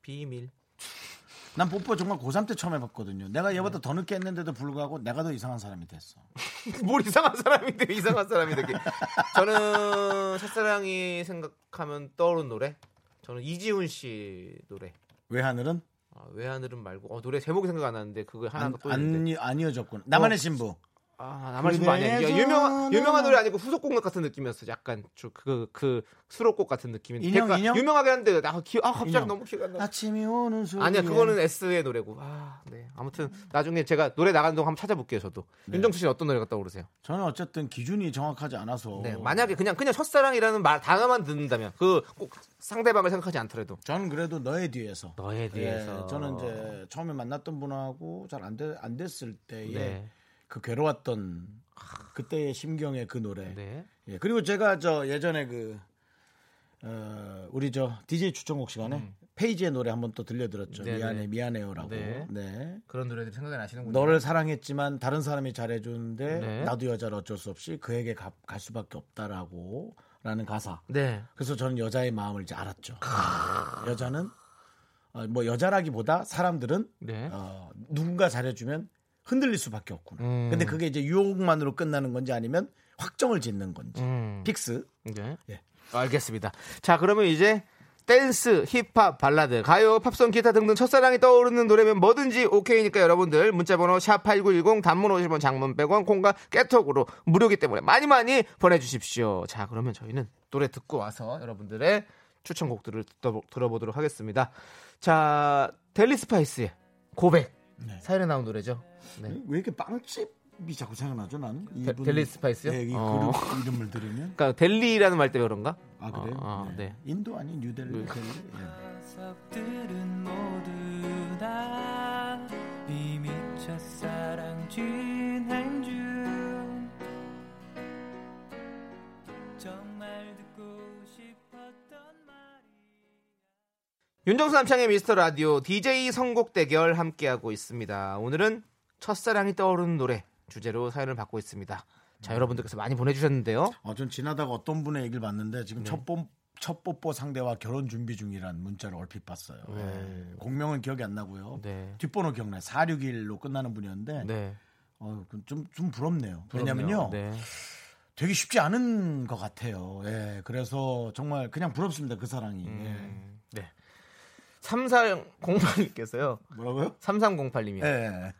비밀.
난 뽀뽀 정말 고3 때 처음 해봤거든요. 내가 얘보다 더 늦게 했는데도 불구하고 내가 더 이상한 사람이 됐어.
뭘 이상한 사람이 돼 이상한 사람이 되게. 저는 첫사랑이 생각하면 떠오른 노래. 저는 이지훈 씨 노래.
왜 하늘은?
아, 왜 하늘은 말고 어, 노래 제목이 생각 안 나는데 그거 하나
안,
더 떠오르는데.
안, 안 이어졌구나. 나만의 신부.
아, 나만 신부 아니야. 이게
그대에서
유명한 유명한
나만-
노래 아니고 후속곡 같은 느낌이었어. 약간 좀그그 수록곡 같은 느낌이.
인형,
약간
인형?
유명하긴 한데 나 기, 아 갑자기
인형.
너무 기억 안 나.
아침이 오는 소리.
아니야 그거는 S의 노래고 아, 네. 아무튼 나중에 제가 노래 나가는 동안 한번 찾아볼게요 저도 윤정수 씨는 어떤 노래가 떠오르세요?
저는 어쨌든 기준이 정확하지 않아서
네, 만약에 그냥 그냥 첫사랑이라는 말 단어만 듣는다면 그 꼭 상대방을 생각하지 않더라도
저는 그래도 너의 뒤에서
너의 뒤에서.
예, 저는 이제 처음에 만났던 분하고 잘 안 안 됐을 때에
네.
그 괴로웠던 그때의 심경의 그 노래
네.
예, 그리고 제가 저 예전에 그 어, 우리 저 DJ 추천곡 시간에 페이지의 노래 한번 또 들려드렸죠
음. 네네.
미안해 미안해요라고
네.
네.
그런 노래들이 생각이 나시는군요.
너를 사랑했지만 다른 사람이 잘해주는데
네.
나도 여자를 어쩔 수 없이 그에게 가- 갈 수밖에 없다라고 라는 가사
네.
그래서 저는 여자의 마음을 이제 알았죠. 여자는 어, 뭐 여자라기보다 사람들은
네.
어, 누군가 잘해주면 흔들릴 수밖에 없구나.
음.
근데 그게 이제 유혹만으로 끝나는 건지 아니면 확정을 짓는 건지.
음.
픽스.
네.
예.
알겠습니다. 자, 그러면 이제 댄스, 힙합, 발라드, 가요, 팝송, 기타 등등 첫사랑이 떠오르는 노래면 뭐든지 오케이니까 여러분들 문자번호 샵8910 단문 50원 장문 100원 콩과 깨톡으로 무료기 때문에 많이 많이 보내주십시오. 자, 그러면 저희는 노래 듣고 와서 여러분들의 추천곡들을 듣다- 들어보도록 하겠습니다. 자, 델리 스파이스의 고백. 사연에 나온 노래죠. 네.
왜 이렇게 빵집이 자꾸 생각나죠, 나는? 이분-
델리 스파이스요?
네, 이
어.
그룹 이름을 들으면.
그러니까 델리라는 말 때문에 그런가?
아, 그래요?
어, 어,
네.
네.
인도 아닌 뉴델리. 델리? 예.
녀석들은 모두 다 이미 미쳤어
윤정수 남창의 미스터 라디오 DJ 선곡 대결 함께하고 있습니다. 오늘은 첫사랑이 떠오르는 노래 주제로 사연을 받고 있습니다. 자, 여러분들께서 많이 보내주셨는데요.
어, 전 지나다가 어떤 분의 얘기를 봤는데
네.
지금 첫, 뽀, 첫 뽀뽀 상대와 결혼 준비 중이란 문자를 얼핏 봤어요.
네.
예. 공명은 기억이 안 나고요.
네.
뒷번호 기억나요. 461로 끝나는 분이었는데
네.
어, 그건 좀, 좀 부럽네요. 왜냐면요.
네.
되게 쉽지 않은 것 같아요. 예, 그래서 정말 그냥 부럽습니다. 그 사랑이.
음, 네. 3408님께서요.
예. 뭐라고요?
3308님이요.
예, 예.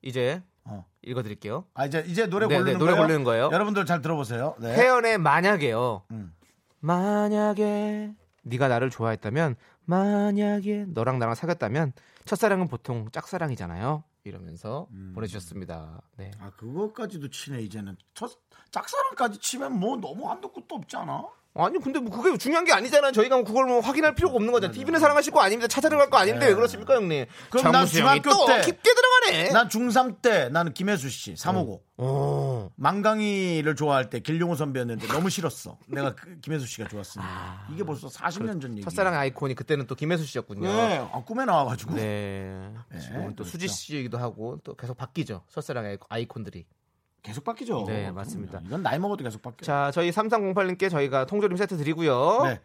이제
어.
읽어드릴게요.
아, 이제, 이제 노래
네,
고르는
네, 노래
거예요?
고르는 거예요.
여러분들 잘 들어보세요. 네.
태연의 만약에요.
음.
만약에 네가 나를 좋아했다면 만약에 너랑 나랑 사귀었다면 첫사랑은 보통 짝사랑이잖아요. 이러면서 보내주셨습니다. 네.
아, 그거까지도 치네, 이제는. 첫, 짝사랑까지 치면 뭐 너무 한도 끝도 없잖아.
아니 근데 뭐 그게 중요한 게 아니잖아요. 저희가 뭐 그걸 뭐 확인할 필요가 없는 거잖아요. TV는 사랑하실 거 아닙니다. 찾아들어갈 거 아닌데 왜 그러십니까 형님?
그럼 난
음. 장무수 형이
중학교
또
때-
깊게 들어가네. 네.
난 중3 때 나는 김혜수 씨, 3호고.
오.
망강이를 좋아할 때 길용호 선배였는데
아.
너무 싫었어. 내가 그 김혜수 씨가 좋았으니까. 이게 벌써 40년 전 얘기.
첫사랑 아이콘이 그때는 또 김혜수 씨였군요.
네, 아, 꿈에 나와가지고.
네. 지금은 또
그렇죠.
수지 씨이기도 하고 또 계속 바뀌죠. 첫사랑 아이- 아이콘들이.
계속 바뀌죠.
네,
그럼요.
맞습니다.
이건 나이 먹어도 계속 바뀌어. 자,
자, 저희 3308님께 저희가 통조림 세트 드리고요.
네.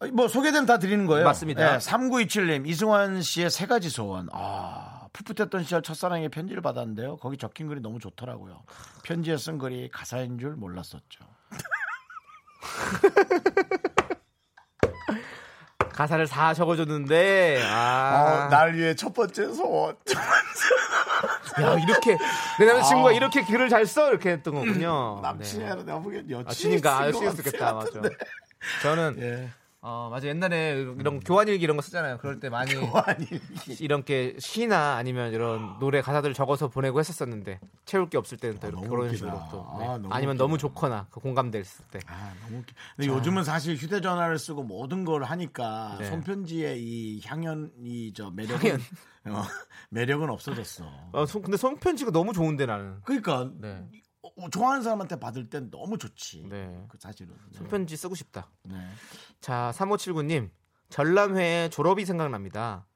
어, 뭐 소개되면 다 드리는 거예요.
맞습니다.
3927님 이승환 씨의 세 가지 소원. 아 풋풋했던 시절 첫사랑의 편지를 받았는데요. 거기 적힌 글이 너무 좋더라고요. 편지에 쓴 글이 가사인 줄 몰랐었죠.
가사를 다 적어줬는데, 아.
날 위해 첫 번째 소원.
야, 이렇게. 내 남자친구가 이렇게 글을 잘 써? 이렇게 했던 거군요.
아. 음, 남친이
네.
아니라 내가 보기엔
아,
여친이
친인가?
쓴것
열심히 쓰겠다. 맞아. 저는,
예.
어, 맞아. 옛날에 이런 교환일기 이런 거 쓰잖아요. 그럴 때 많이.
아니
이런 게 시나 아니면 이런 노래 가사들 적어서 보내고 했었었는데 채울 게 없을 때는 또
아,
이렇게
너무
그런
웃기다.
식으로 또 네.
아, 너무
아니면
웃기다.
너무 좋거나 그 공감됐을 때
아, 너무 웃기. 근데 요즘은 사실 휴대전화를 쓰고 모든 걸 하니까
네.
손편지의 이 향연이 저 매력은 어, 매력은 없어졌어.
어, 손- 근데 손편지가 너무 좋은데 나는
그러니까
네.
어, 어, 좋아하는 사람한테 받을 땐 너무 좋지.
네.
그 사실은. 네.
손편지 쓰고 싶다
네.
자 3579님 전람회 졸업이 생각납니다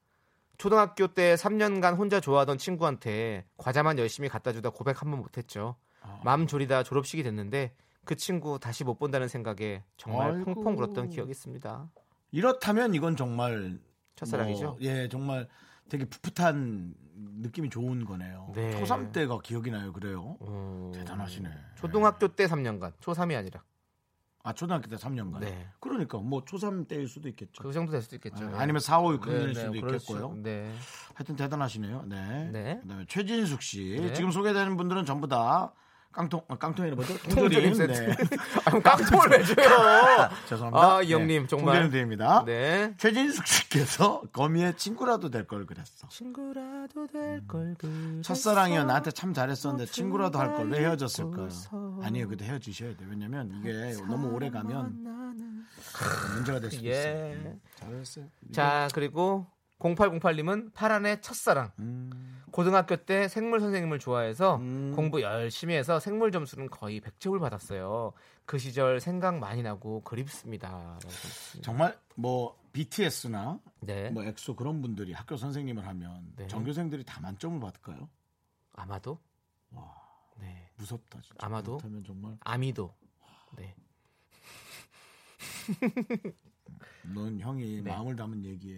초등학교 때 3년간 혼자 좋아하던 친구한테 과자만 열심히 갖다 주다 고백 한 번 못했죠
아.
맘 졸이다 졸업식이 됐는데 그 친구 다시 못 본다는 생각에 정말
아이고.
펑펑 울었던 기억이 있습니다
이렇다면 이건 정말
첫사랑이죠
뭐, 예, 정말 되게 풋풋한 느낌이 좋은 거네요.
네.
초삼 때가 기억이 나요. 그래요.
어.
대단하시네.
초등학교 때 3년간, 초3이 아니라.
아 초등학교 때 3년간.
네.
그러니까 뭐 초3 때일 수도 있겠죠.
그 정도 될 수도 있겠죠.
네, 아니면 4, 5, 6
네,
년일
네,
수도
그럴 수-
있겠고요.
네.
하여튼 대단하시네요. 네.
네.
그다음에 최진숙 씨.
네.
지금 소개되는 분들은 전부 다 깡통 아, 깡통이라 뭐죠? 통조림
통조림 세트.
네.
아, 그럼 깡통을 내줘요.
죄송합니다.
아, 이 형님, 정말.
통조림 드립니다.
네.
최진숙 씨께서 거미의 친구라도 될 걸 그랬어.
친구라도 될걸 그.
음. 첫사랑이요 나한테 참 잘했었는데 친구라도 할 걸 왜 헤어졌을까요? 아니에요 그래도 헤어지셔야 돼요 왜냐면
네,
이게 너무 오래 가면 문제가 될 수도 있어요 음.
예.
잘했어요
자, 그리고 0808님은 파란의 첫사랑.
음.
고등학교 때 생물 선생님을 좋아해서 공부 열심히 해서 생물 점수는 거의 100점을 받았어요. 그 시절 생각 많이 나고 그립습니다. 라고 하셨습니다.
정말 뭐 BTS나
네.
뭐 엑소 그런 분들이 학교 선생님을 하면
네.
전교생들이 다 만점을 받을까요?
아마도.
와.
네.
무섭다 진짜
아마도.
그렇다면 정말
아미도. 네.
넌 형이
네.
마음을 담은 얘기에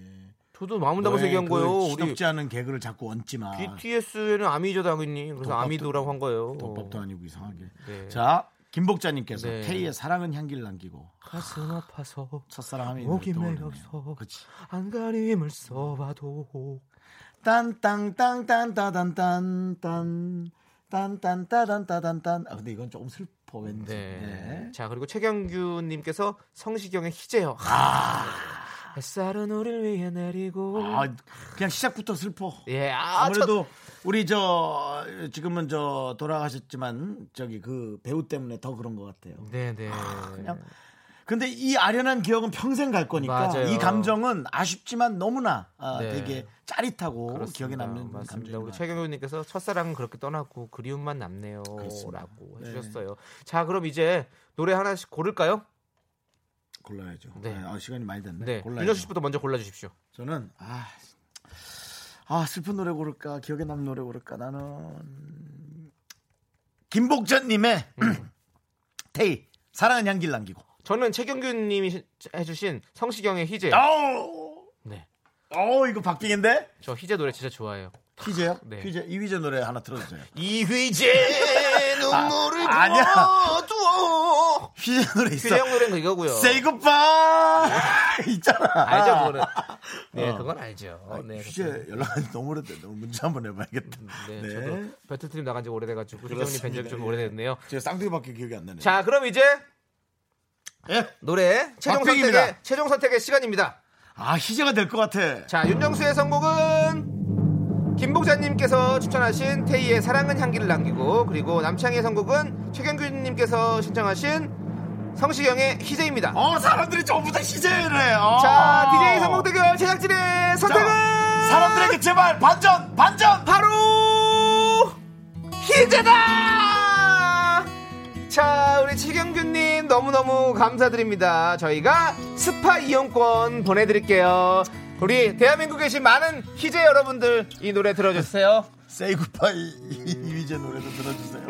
저도 마음을 담아서
너의
얘기한
그
거예요. 우리
시덥지 않은 개그를 자꾸 얹지마
BTS에는 아미죠 당연히. 그래서
덮밥도-
아미도라고 한 거예요.
덮밥도 아니고 이상하게
네.
자 김복자님께서
네.
K의 사랑은 향기를 남기고
가슴 아파서
첫사랑함이
목이
떠오르네요.
메렸어.
그치.
안간힘을 써봐도
딴딴딴딴따단딴딴 딴딴따단따단딴. 아 근데 이건 조금 슬퍼 왠지.
네.
네.
자 그리고 최경규님께서 성시경의 희재요. 햇살은 우릴 위해 내리고.
아 그냥 시작부터 슬퍼.
예, 아,
아무래도 우리 저 지금은 저 돌아가셨지만 저기 그 배우 때문에 더 그런 것 같아요.
저- 네네.
그냥 근데 이 아련한 기억은 평생 갈 거니까
맞아요.
이 감정은 아쉽지만 너무나 아,
네.
되게 짜릿하고
그렇습니다.
기억에 남는
맞습니다. 우리
감정입니다.
최경규님께서 첫사랑은 그렇게 떠났고 그리움만 남네요라고
그렇습니다.
해주셨어요. 자 그럼 이제 노래 하나씩 고를까요?
골라야죠.
네.
네, 아, 시간이 많이 됐네.
네.
골라야죠.
윤정수 씨부터 먼저 골라주십시오.
저는 아, 아 슬픈 노래 고를까 기억에 남는 노래 고를까 나는 김복전님의 테이 사랑은 향기를 남기고.
저는 최경규님이 시- 해주신 성시경의 희재.
아우,
네.
아우 이거 바뀌겠는데?
저 희재 노래 진짜 좋아해요.
퀴즈요?
네.
퀴즈 이휘재 노래 하나 틀어주세요.
이휘재 눈물을
아, 아니야.
부어두어.
퀴즈 노래 있어.
규재 형 노래는 그거고요.
Say goodbye 있잖아.
알죠, 그거는. 네,
어.
그건 알죠. 네,
퀴즈 연락한 지 너무 오래됐네. 오늘 문자 한번 해봐야겠다.
네,
네.
저도 배틀트림 나간 지 오래돼가지고 규정님 뵌 적이 좀
예.
오래됐네요.
제가 쌍둥이밖에 기억이 안 나네요.
자, 그럼 이제
예.
노래 최종
박빙입니다.
선택의 최종 선택의 시간입니다.
아 희재가 될 것 같아.
자, 윤정수의 선곡은 김복자님께서 추천하신 테이의 사랑은 향기를 남기고 그리고 남창희의 선곡은 최경규님께서 신청하신 성시경의 희재입니다.
어 사람들이 전부 다 희재를 해. 어.
자, DJ 선곡 대결 제작진의
자,
선택은
사람들에게 제발 반전 반전.
바로 희재다! 자, 우리 최경규님 너무너무 감사드립니다. 저희가 스파 이용권 보내드릴게요. 우리 대한민국에 계신 많은 희재 여러분들 이 노래 들어주세요.
Say goodbye 이휘재 노래도 들어주세요.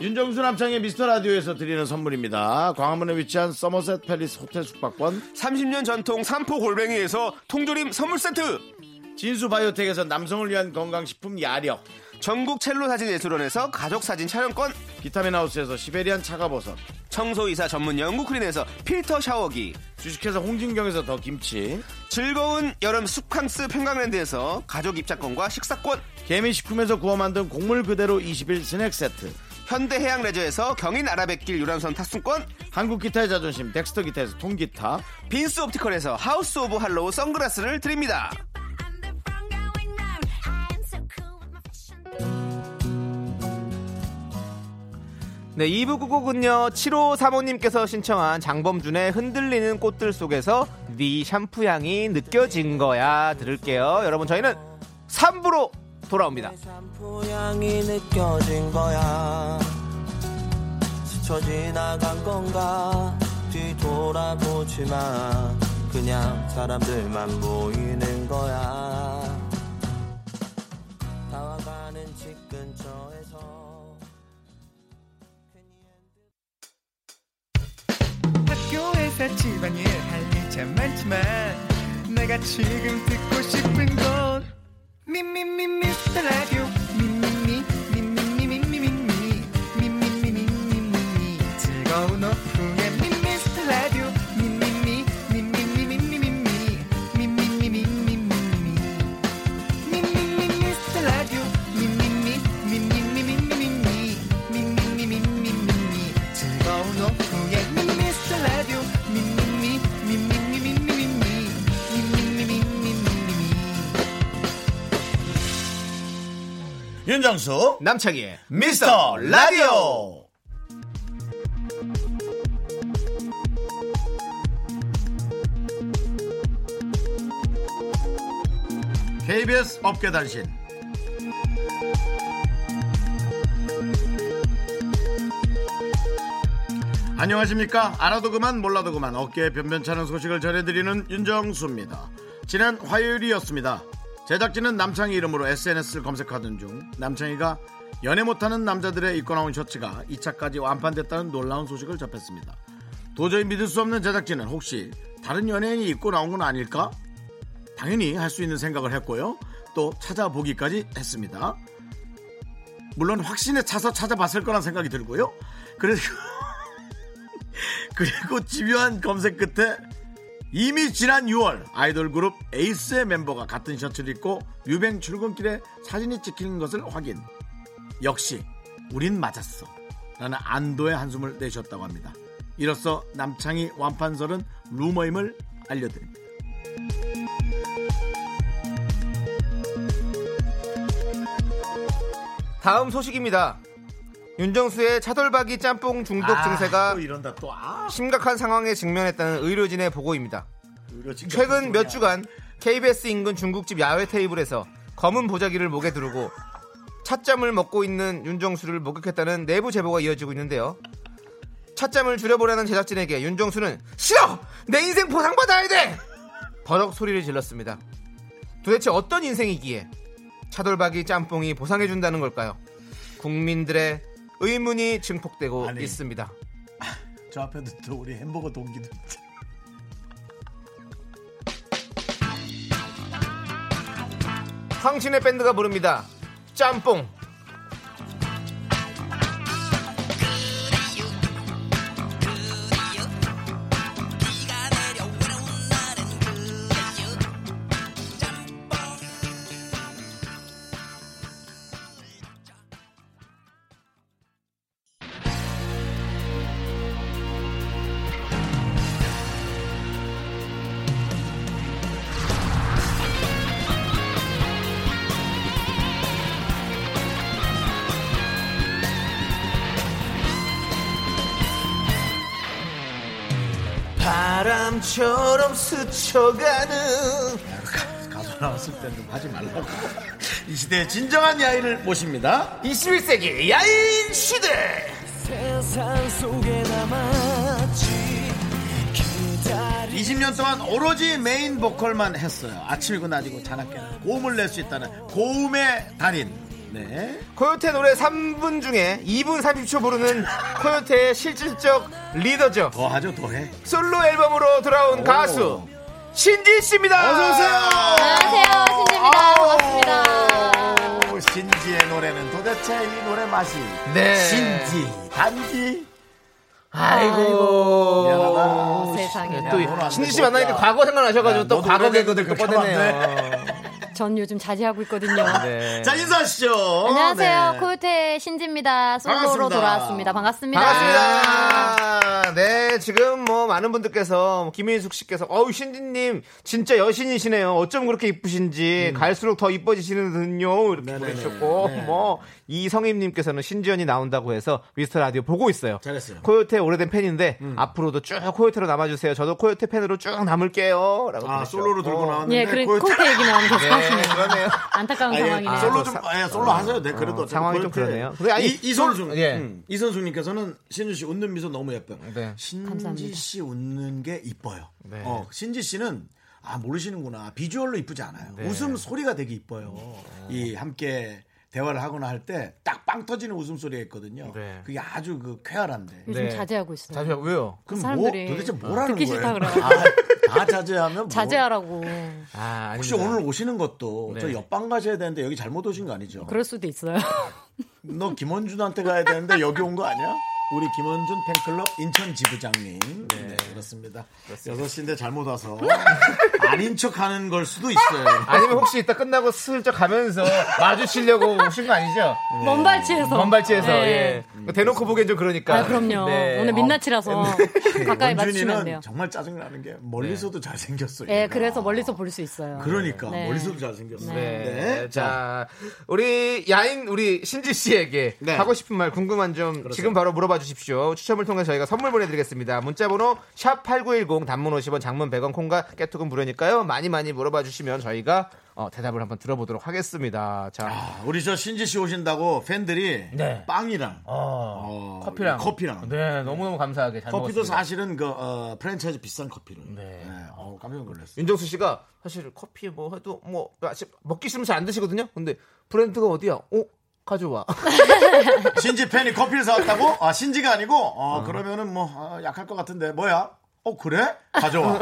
윤정수 남창의 미스터 라디오에서 드리는 선물입니다. 광화문에 위치한 서머셋 팰리스 호텔 숙박권,
30년 전통 삼포 골뱅이에서 통조림 선물 세트.
진수 바이오텍에서 남성을 위한 건강식품 야력,
전국 첼로 사진 예술원에서 가족 사진 촬영권.
비타민 하우스에서 시베리안 차가버섯,
청소이사 전문 영국 크린에서 필터 샤워기.
주식회사 홍진경에서 더 김치,
즐거운 여름 숲캉스 평강랜드에서 가족 입장권과 식사권.
개미식품에서 구워 만든 곡물 그대로 21 스낵 세트,
현대해양 레저에서 경인 아라뱃길 유람선 탑승권.
한국 기타의 자존심 덱스터 기타에서 통기타,
빈스 옵티컬에서 하우스 오브 할로우 선글라스를 드립니다.
네, 2부 구곡은요, 7호 사모님께서 신청한 장범준의 흔들리는 꽃들 속에서 네 샴푸 향이 느껴진 거야. 들을게요. 여러분, 저희는 3부로 돌아옵니다.
산포향이 느껴진 거야 스쳐 지나간 건가 뒤돌아보지 마 그냥 사람들만 보이는 거야 다와가는 집 근처에서
학교에서 집안일 할 일 참 많지만 내가 지금 듣고 싶은 건 미미미 미스터 라디오 미미미 미미미 미미미 미미미 미미미 즐거운 오후에 미스터 라디오 미미미 미미미 미미미 미미미 미미미
윤정수
남창희의
미스터 라디오. KBS 업계 단신. 안녕하십니까. 알아도 그만 몰라도 그만 어깨에 변변찮은 소식을 전해드리는 윤정수입니다. 지난 화요일이었습니다. 제작진은 남창희 이름으로 SNS를 검색하던 중 남창희가 연애 못하는 남자들의 입고 나온 셔츠가 2차까지 완판됐다는 놀라운 소식을 접했습니다. 도저히 믿을 수 없는 제작진은 혹시 다른 연예인이 입고 나온 건 아닐까? 당연히 할 수 있는 생각을 했고요. 또 찾아보기까지 했습니다. 물론 확신에 차서 찾아봤을 거란 생각이 들고요. 그래서 그리고 집요한 검색 끝에 이미 지난 6월 아이돌 그룹 에이스의 멤버가 같은 셔츠를 입고 유뱅 출근길에 사진이 찍히는 것을 확인. 역시 우린 맞았어. 라는 안도의 한숨을 내셨다고 합니다. 이로써 남창희 완판설은 루머임을 알려드립니다.
다음 소식입니다. 윤정수의 차돌박이 짬뽕 중독
아,
증세가
또 이런다 또 아.
심각한 상황에 직면했다는 의료진의 보고입니다.
의료 진격
최근
때문이야.
몇 주간 KBS 인근 중국집 야외 테이블에서 검은 보자기를 목에 두르고 찻잠을 먹고 있는 윤정수를 목격했다는 내부 제보가 이어지고 있는데요. 찻잠을 줄여보라는 제작진에게 윤정수는 싫어! 내 인생 보상받아야 돼! 버럭 소리를 질렀습니다. 도대체 어떤 인생이기에 차돌박이 짬뽕이 보상해준다는 걸까요? 국민들의 의문이 증폭되고
아니.
있습니다.
저 앞에도 또 우리 햄버거 동기들
황신의 밴드가 부릅니다. 짬뽕. 바람처럼 스쳐가는
가수 나왔을 때는 하지 말라고 이 시대의 진정한 야인을 모십니다
21세기 야인 시대
세상 속에 남았지
20년 동안 오로지 메인 보컬만 했어요 아침이고 낮이고 자나깨나 고음을 낼 수 있다는 고음의 달인 네
코요태 노래 3분 중에 2분 30초 부르는 코요태의 실질적 리더죠
더하죠 더해
솔로 앨범으로 돌아온 가수 신지 씨입니다
어서오세요
안녕하세요, 신지입니다. 반갑습니다.
신지의 노래는 도대체 이 노래 맛이
네.
신지 단지
아이고
미안하다.
세상에.
야, 너는 네, 안
또 신지 씨
되고
만나니까
없다.
과거 생각나셔가지고
야,
또
너도
과거
그래,
개그들 또
그렇게 하면 안
꺼내네요
전 요즘 자제하고 있거든요.
아,
네.
자 인사하시죠
안녕하세요.
네.
코요태 신지입니다. 솔로로
반갑습니다.
돌아왔습니다. 반갑습니다.
반갑습니다. 네, 지금 뭐 많은 분들께서 뭐 김인숙 씨께서 어우 신진님 진짜 여신이시네요. 어쩜 그렇게 이쁘신지 갈수록 더 이뻐지시는군요. 이렇게
음. 네네네.
보내주셨고
네.
뭐 이성임님께서는 신지연이 나온다고 해서 미스터 라디오 보고 있어요.
잘했어요. 음.
코요태 오래된 팬인데 앞으로도 쭉 코요태로 남아주세요. 저도 코요태 팬으로 쭉 남을게요.라고
아 솔로로
어.
들고 나왔는데
예, 그래
그걸
코요태 얘기 나오면 계속
네,
하시네요.
그러네요.
안타까운
아, 예,
상황이네요.
솔로
아,
좀,
또
아, 예, 솔로 하세요. 네, 그래도
어, 상황이 좀 그러네요. 근데 아니,
이, 이선수,
예.
음, 이선수님께서는 신주 씨 웃는 미소 너무 예뻐요.
네.
신지
감사합니다.
씨 웃는 게 이뻐요.
네.
어, 신지 씨는 아 모르시는구나. 비주얼로 이쁘지 않아요.
네.
웃음 소리가 되게 이뻐요.
어.
이 함께 대화를 하거나 할 때 딱 빵 터지는 웃음 소리가 있거든요.
네.
그게 아주 그 쾌활한데.
요즘
네.
자제하고 있어요.
잠시만 왜요?
그럼
사람들이
뭐 도대체 뭐라는
듣기
거예요?
싫다 그래요.
아, 다 자제하면 뭐.
자제하라고.
아,
혹시
아닙니다.
오늘 오시는 것도
네.
저 옆방 가셔야 되는데 여기 잘못 오신 거 아니죠?
그럴 수도 있어요.
너 김원준한테 가야 되는데 여기 온 거 아니야? 우리 김원준 팬클럽 인천 지부장님. 네, 그렇습니다. 여섯 시인데 잘못 와서 아닌 척 하는 걸 수도 있어요.
아니면 혹시 이따 끝나고 슬쩍 가면서 마주치려고 오신 거 아니죠?
먼발치에서.
건발치에서
어. 네.
음.
예. 대놓고 보기엔 좀 그러니까.
아, 그럼요.
네.
오늘 민낯이라서
어,
가까이 맞추면 안 돼요.
네. 원준이는 정말 짜증나는 게 멀리서도 잘생겼어요.
예, 그래서 멀리서 볼 수 있어요.
그러니까
네.
멀리서도 잘생겼어요.
네.
네.
자, 우리 야인 우리 신지 씨에게
네. 그렇죠.
하고 싶은 말 궁금한 점 지금 바로 물어봐 주십시오. 추첨을 통해 저희가 선물 보내드리겠습니다. 문자번호 샵 #8910 단문 50원, 장문 100원, 콩과 깨톡은 무료니까요. 많이 많이 물어봐 주시면 저희가 어, 대답을 한번 들어보도록 하겠습니다. 자,
아, 우리 저 신지 씨 오신다고 팬들이
네.
빵이랑
어,
어,
커피랑
커피랑.
네, 너무 너무 감사하게 잘
커피도
먹었습니다.
사실은 그 어, 프랜차이즈 비싼 커피를.
네.
네. 어, 깜짝 놀랐어요.
윤정수 씨가 사실 커피 뭐 해도 뭐 아침 먹기 싫으면 잘 안 드시거든요. 근데 브랜드가 어디야? 어? 가져와.
신지 팬이 커피를 사왔다고? 아, 신지가 아니고? 어, 그러면은 뭐, 아, 약할 것 같은데. 뭐야? 어, 그래? 가져와.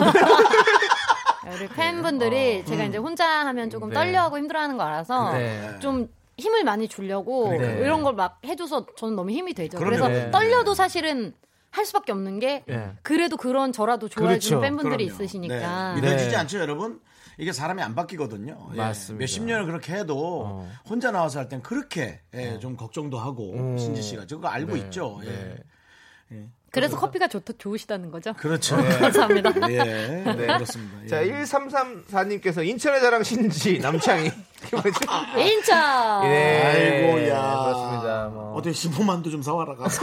우리 팬분들이 제가 이제 혼자 하면 조금
네.
떨려하고 힘들어하는 거 알아서
네.
좀 힘을 많이 주려고
네.
이런 걸 막 해줘서 저는 너무 힘이 되죠.
그럼요.
그래서
네.
떨려도 사실은 할 수밖에 없는 게
네.
그래도 그런 저라도 좋아해주는
그렇죠.
팬분들이
그럼요.
있으시니까.
네.
네.
믿어지지 않죠, 여러분? 이게 사람이 안 바뀌거든요. 예.
맞습니다. 어.
몇십 년을 그렇게 해도 혼자 나와서 할 땐 그렇게 예, 좀 걱정도 하고
음.
신지 씨가 저거 알고
네.
있죠. 예.
그래서 커피가 좋, 좋으시다는 거죠.
그렇죠.
감사합니다.
예. 네. 그렇습니다. 예.
자, 1334님께서 인천의 자랑 신지 남창희 그게 뭐지?
인천.
네.
아이고, 야.
그렇습니다. 뭐.
어떻게 신포만두 좀 사와라 가서.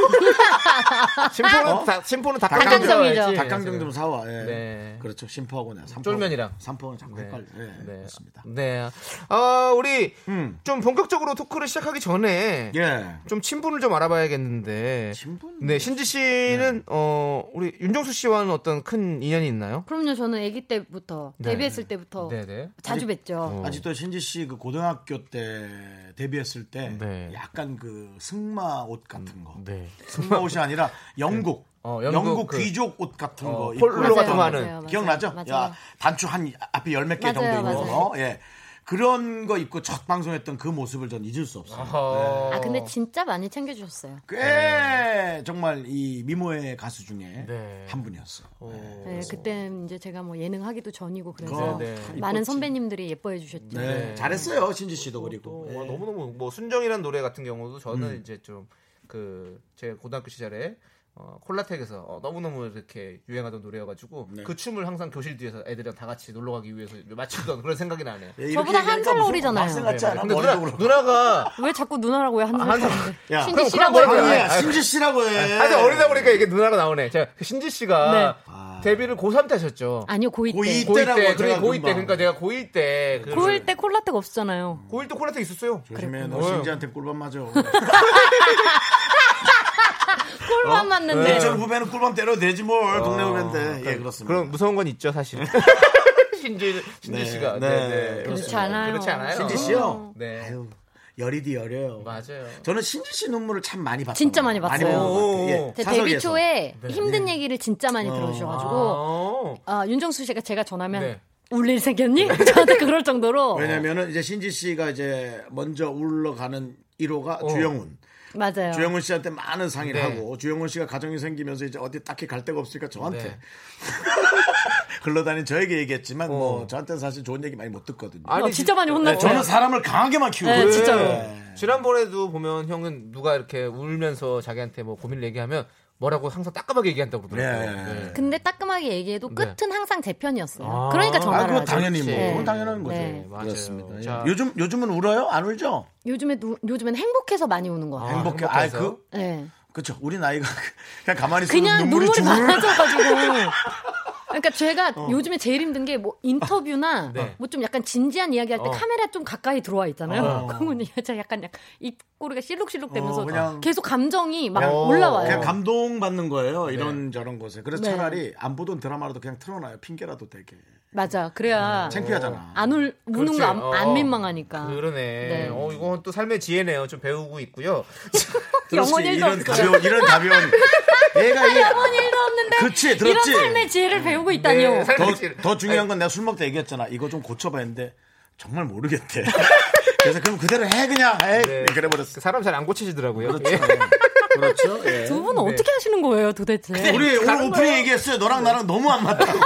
심포는 다, 심포는
닭강정이죠.
닭강정이죠.
닭강정 좀 사와. 예.
네.
그렇죠. 심포하고 나 삼포.
쫄면이랑.
삼포는 자꾸 헷갈려. 예.
네.
그렇습니다.
네. 어, 우리
음.
좀 본격적으로 토크를 시작하기 전에
예.
좀 친분을 좀 알아봐야겠는데.
친분?
네, 신지 씨는 어 우리 윤정수 씨와는 어떤 큰 인연이 있나요?
그럼요. 저는 아기 때부터
네.
데뷔했을 때부터
네.
자주 뵀죠.
아직도 어. 신지 씨 그 고등학교 때 데뷔했을 때
네.
약간 그 승마 옷 같은 거.
네.
승마 옷이 아니라 영국.
어, 영국
영국,
그-
귀족 옷 같은
어,
거. 입고
폴로
했던
같은
거.
거 하는.
맞아요, 맞아요.
기억나죠?
맞아요.
야, 단추 한 앞에 열 몇 개 정도
맞아요,
있는
맞아요.
거. 예. 그런 거 입고 첫 방송했던 그 모습을 전 잊을 수 없어요.
네.
아 근데 진짜 많이 챙겨주셨어요. 네,
꽤 정말 이 미모의 가수 중에
네.
한 분이었어요. 네.
네, 그때 이제 제가 뭐 예능 하기도 전이고 그래서
네, 네.
많은 선배님들이 예뻐해 주셨죠.
네. 잘했어요, 신지 씨도 그리고. 네.
너무 너무 뭐 순정이란 노래 같은 경우도 저는 이제 좀 그 제 고등학교 시절에 어, 콜라텍에서 너무 너무 이렇게 유행하던 노래여가지고 그 춤을 항상 교실 뒤에서 애들이랑 다 같이 놀러 가기 위해서 맞추던 그런 생각이 나네요.
예, 이렇게
뭐 저보다
얘기하니까
한살
무슨
어리잖아요. 네,
학생 같지 않아?
근데
머리도
누나,
그렇고.
누나가
왜 자꾸 누나라고 왜 하는
야,
건데?
그럼
신지 씨라고
그런 거예요.
해요.
아니야, 신지 씨라고 해.
하여튼 어리다 보니까 이게 누나가 나오네. 제가 그 신지 씨가
네.
데뷔를 고3 때 하셨죠.
아니요 고2 네.
고이
때.
고2
이때라고
때,
제가
그리고 고2 때,
금방.
그러니까 제가 고1 때. 그-
고1 때 콜라텍
음.
없잖아요.
고1 때 콜라텍 있었어요.
조심해, 너
그랬구나.
신지한테 꿀밤 맞아.
콜만
어?
맞는데.
네, 예전 후배는 꿀밤 때려도 되지 뭘,
어,
동네 후배인데.
그러니까
예, 그렇습니다.
그런 무서운 건 있죠, 사실. 신지, 신지
네,
씨가.
네,
네, 네.
그렇지 않아요.
그렇지 않아요.
신지 씨요?
네.
아유, 여리디 여려요.
맞아요.
저는 신지 씨 눈물을 참 많이 봤어요.
진짜 많이 봤어요.
오.
예,
제
네.
데뷔 초에 힘든 얘기를 진짜 많이
어.
들어주셔가지고
어.
아, 윤정수 씨가 제가 전하면
네.
울 일 생겼니? 저한테 그럴 정도로
왜냐면은 이제 신지 씨가 이제 먼저 울러가는
어.
1호가 주영훈.
맞아요.
주영훈 씨한테 많은 상의를
네.
하고 주영훈 씨가 가정이 생기면서 이제 어디 딱히 갈 데가 없으니까 저한테 글러다닌 저에게 얘기했지만 뭐 저한테는 사실 좋은 얘기 많이 못 듣거든요.
어, 진짜 많이
네,
혼났어요.
저는 사람을 강하게만 키우고
네,
그래요.
진짜로.
네.
지난번에도 보면 형은 누가 이렇게 울면서 자기한테 뭐 고민을 얘기하면 뭐라고 항상 따끔하게 얘기한다고 그러더라고요.
네.
네.
근데 따끔하게 얘기해도
네.
끝은 항상 제 편이었어요.
아.
그러니까
아,
전화를
그거
하죠.
당연히 뭐
네.
그건 당연한 거죠.
네.
맞아요.
그렇습니다. 예.
자,
요즘 요즘은 울어요? 안 울죠?
요즘에 누- 요즘엔 행복해서 많이 우는 것 같아요.
행복해. 아,
행복해서?
그
네.
그렇죠. 우리 나이가 그냥 가만히 있으면
그냥
눈물이
눈물이
줄.
많아져가지고. 그러니까 제가 요즘에 제일 힘든 게 뭐 인터뷰나
네.
뭐 좀 약간 진지한 이야기 할 때 카메라 좀 가까이 들어와 있잖아요. 그러면 여자 약간 약간 입꼬리가 실룩실룩 되면서
어, 그냥- 어.
계속 감정이 막
그냥-
올라와요.
그냥 감동받는 거예요. 이런 저런 것에. 그래서
네.
차라리 안 보던 드라마라도 그냥 틀어놔요. 핑계라도 되게.
맞아. 그래야
음, 창피하잖아.
안 울, 우는
그렇지.
거 안
어.
민망하니까.
그러네.
네.
어, 이건 또 삶의 지혜네요. 좀 배우고 있고요.
영혼
들었지?
일도
이런
없어요.
가벼운 이런 가벼운 얘가 이게
영혼 일도 없는데
그치, 들었지?
이런 삶의 지혜를 배우고 있다니요.
네, 삶의 지혜.
더, 더 중요한 건 내가 술 먹다 얘기했잖아. 이거 좀 고쳐봐 했는데 정말 모르겠대. 그래서 그럼 그대로 해 그냥 해.
네.
그래 버렸어.
사람 잘 안 고치시더라고요. 예.
그렇죠. 그렇죠. 예.
두 분은 어떻게 하시는 거예요, 도대체?
우리 오늘 오프닝 얘기했어요. 너랑 나랑 너무 안 맞다. 네.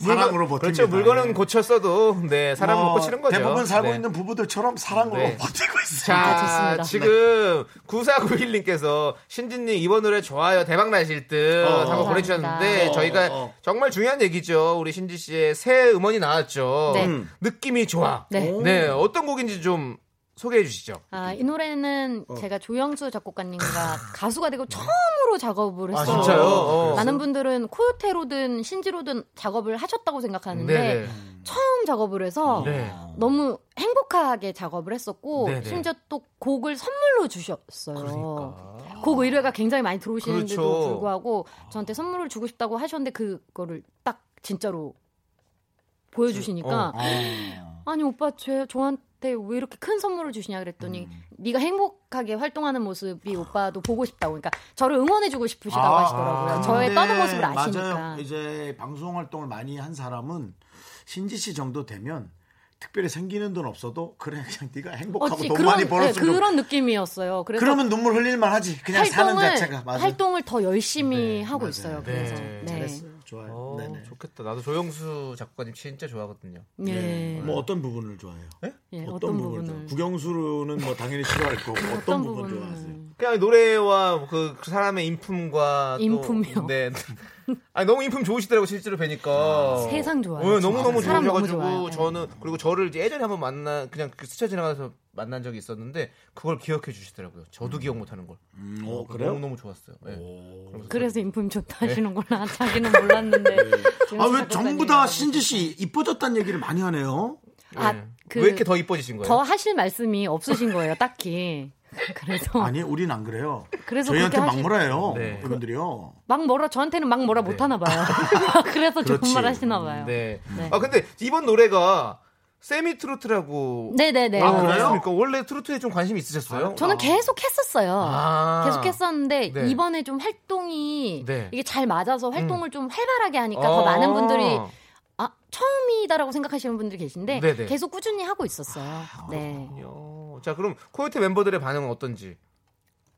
사랑으로 버팁니다.
그렇죠. 물건은 고쳤어도 네 사람을 못
뭐,
고치는 거죠.
대부분 살고
네.
있는 부부들처럼 사랑으로
네.
버티고 있어요.
자,
아, 좋습니다.
지금 9491님께서 신진님 이번 노래 좋아요. 대박 나실 듯 하고
감사합니다.
보내주셨는데
어,
저희가
어.
정말 중요한 얘기죠. 우리 신지 씨의 새 음원이 나왔죠.
네.
음. 느낌이 좋아.
네.
네, 어떤 곡인지 좀 소개해 주시죠.
아, 이 노래는 제가 조영수 작곡가님과 가수가 되고 처음으로
아,
작업을 했어요.
진짜요? 어.
많은 분들은 코요테로든 신지로든 작업을 하셨다고 생각하는데 어.
네, 네.
처음 작업을 해서
네.
어.
너무 행복하게 작업을 했었고
네네.
심지어 또 곡을 선물로 주셨어요.
그러니까.
곡 의뢰가 굉장히 많이 들어오시는데도
그렇죠.
불구하고 저한테 선물을 주고 싶다고 하셨는데 그거를 딱 진짜로
어,
보여주시니까 아니 오빠 쟤 저한테 왜 이렇게 큰 선물을 주시냐 그랬더니
음.
네가 행복하게 활동하는 모습이 오빠도 보고 싶다고 그러니까 저를 응원해주고 싶으시다고
아,
하시더라고요. 저의
근데
떠는 모습을 아시니까.
맞아요. 이제 방송 활동을 많이 한 사람은 신지 씨 정도 되면 특별히 생기는 돈 없어도 그래 그냥 네가 행복하고
어찌
돈 많이
네,
벌었으면
그런 느낌이었어요. 그래서
그러면 눈물 흘릴만 하지. 그냥 사는 자체가 맞아.
활동을 더 열심히 하고
맞아요.
있어요.
네,
그래서
네.
네.
잘했어요. 좋아요.
어,
네네.
좋겠다. 나도 조영수 작곡가님 진짜 좋아하거든요.
예.
뭐 어떤 부분을 좋아해요?
예, 어떤 부분을
구경수는 뭐 당연히 싫어할 거고 어떤,
어떤
부분
부분을.
좋아하세요?
그냥 노래와 그, 그 사람의 인품과 또-
인품이요?
네. 아니, 너무 인품 좋으시더라고 실제로 뵈니까.
세상 좋아요.
어, 너무너무
사람 너무
좋으셔가지고
네.
좋아요.
저는 그리고 저를 이제 예전에 한번 만나 그냥 그 스쳐 지나가서 만난 적이 있었는데 그걸 기억해 주시더라고요. 저도 기억 못하는 걸.
음. 어,
너무
그래요?
너무 좋았어요. 예.
그래서 인품 좋다 하시는구나. 자기는 몰랐는데.
네. 아, 왜 전부 다 신지 씨 이뻐졌다는 얘기를 많이 하네요?
아,
예.
그-
왜 이렇게 더 이뻐지신 거예요?
더 하실 말씀이 없으신 거예요, 딱히. 그래서
아니, 우린 안 그래요.
그래서
저희한테
그렇게
막
하시-
뭐라 해요.
네.
그분들이요.
막 뭐라 저한테는 막 뭐라 못 하나 봐요. 그래서 좋은
그렇지.
말 하시나 봐요. 네,
네.
네.
아 근데 이번 노래가 세미 트로트라고.
네, 네.
아,
그래요?
그러니까 원래 트로트에 좀 관심 있으셨어요?
아.
저는 계속 했었어요.
아.
계속 했었는데
네.
이번에 좀 활동이
네. 어.
이게 잘 맞아서 활동을 좀 활발하게 하니까 더 많은 분들이 아 처음이다라고 생각하시는 분들이 계신데
네네.
계속 꾸준히 하고 있었어요. 네,
요. 자 그럼 코요태 멤버들의 반응은 어떤지.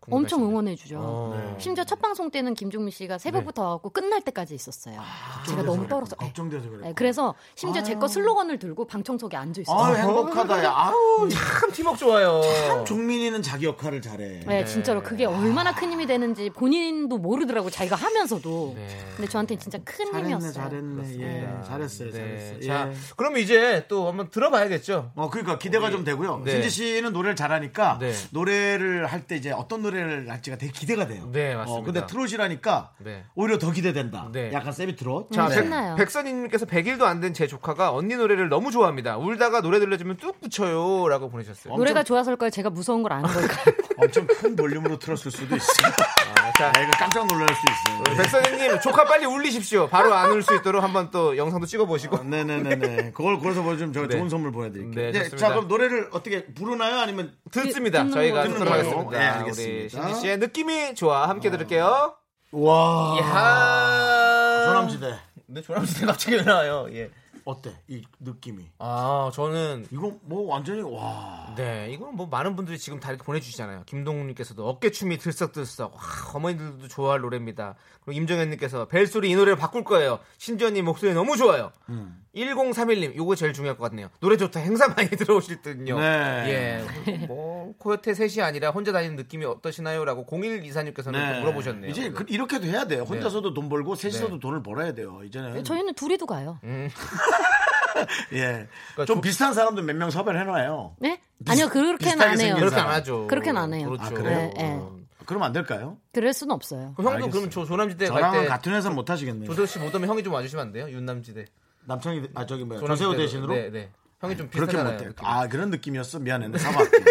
궁금하시네요.
엄청 응원해 주죠.
네.
어.
심지어 첫 방송 때는 김종민 씨가 새벽부터 와갖고 끝날 때까지 있었어요. 제가 너무 떨어서. 네.
아, 걱정돼서 그래요.
네, 그래서 심지어 제 거 슬로건을 들고 방청석에 앉아
아유, 네.
있었어요.
행복하다. 음. 야. 아우,
참 팀워크 좋아요.
종민이는 자기 역할을 잘해.
네, 진짜로 그게 얼마나 큰 힘이 되는지 본인도 모르더라고 자기가 하면서도. 근데 저한테는 진짜 큰
잘했네,
힘이었어요.
잘했네. 예, 잘했어요, 잘했어요.
네.
예.
자, 그럼 이제 또 한번 들어봐야겠죠.
어, 그러니까 기대가 좀 되고요.
네.
신지 씨는 노래를 잘하니까
네.
노래를 할 때 이제 어떤 노래를 할지가 되게 기대가 돼요.
네, 맞습니다.
어, 근데 트롯이라니까
네.
오히려 더 기대된다.
네.
약간 세미 트롯.
자,
네. 신나요.
백선희님께서 100일도 안 된 제 조카가 언니 노래를 너무 좋아합니다. 울다가 노래 들려주면 뚝 붙여요라고 보내셨어요.
노래가 좋아서일 까요 제가 무서운 걸 아는 걸까요?
엄청 큰 볼륨으로 틀었을 수도 있어요.
자,
아, 이거 깜짝 놀랄 수 있어요.
우리 백선희님 조카 빨리 울리십시오. 바로 안 울 수 있도록 한번 또 영상도 찍어보시고.
어, 네네네네. 그걸 그래서 보여주면 제가
네.
좋은 선물 보내드릴게요.
네,
네,
좋습니다.
자, 그럼 노래를 어떻게 부르나요? 아니면
듣습니다.
듣는
저희가
거죠.
듣도록 하겠습니다.
네,
우리
알겠습니다. 어.
신지 씨의 느낌이 좋아. 함께 들을게요.
와.
이야.
조남지대
네, 조남지대 갑자기 왜 나와요? 예.
어때? 이 느낌이.
아, 저는
이거 뭐 완전히 와.
네, 이거는 뭐 많은 분들이 지금 다 이렇게 보내주시잖아요. 김동훈님께서도 어깨춤이 들썩들썩. 와, 어머니들도 좋아할 노래입니다. 그리고 임정현님께서 벨소리 이 노래를 바꿀 거예요. 신지현님 목소리 너무 좋아요.
음.
1031님, 요거 제일 중요할 것 같네요. 노래 좋다. 행사 많이 들어오실 듯요.
네.
예. 뭐, 코요태 셋이 아니라 혼자 다니는 느낌이 어떠시나요? 라고 0124님께서는
네.
물어보셨네요. 네.
이제 그, 이렇게도 해야 돼요. 혼자서도 돈 벌고 셋이서도 돈을 벌어야 돼요.
음.
이제는
저희는 둘이도 가요.
예.
그러니까
좀 비슷한 사람도 몇 명 섭외를 해놔요.
네? 아니요 그렇게는
비슷하게
안 해요.
생긴
그렇게 안 하죠.
그렇게는 안 해요.
그렇죠.
아, 그래요?
네, 네.
어.
그러면 안 될까요?
그럴 수는 없어요.
그럼 형도
알겠어요.
그러면 저 조남지대
저랑은
갈때
같은 회사 못 하시겠네요.
그러니까 조세호 씨 못오면 형이 좀 와주시면 안 돼요? 윤남지대.
남창이 아 저기 뭐야
그러니까 조남지대로.
조세호 대신으로
네, 네. 형이 좀
그렇게
비슷하잖아요.
못해.
느낌이.
아 그런 느낌이었어. 미안해. 사과할게.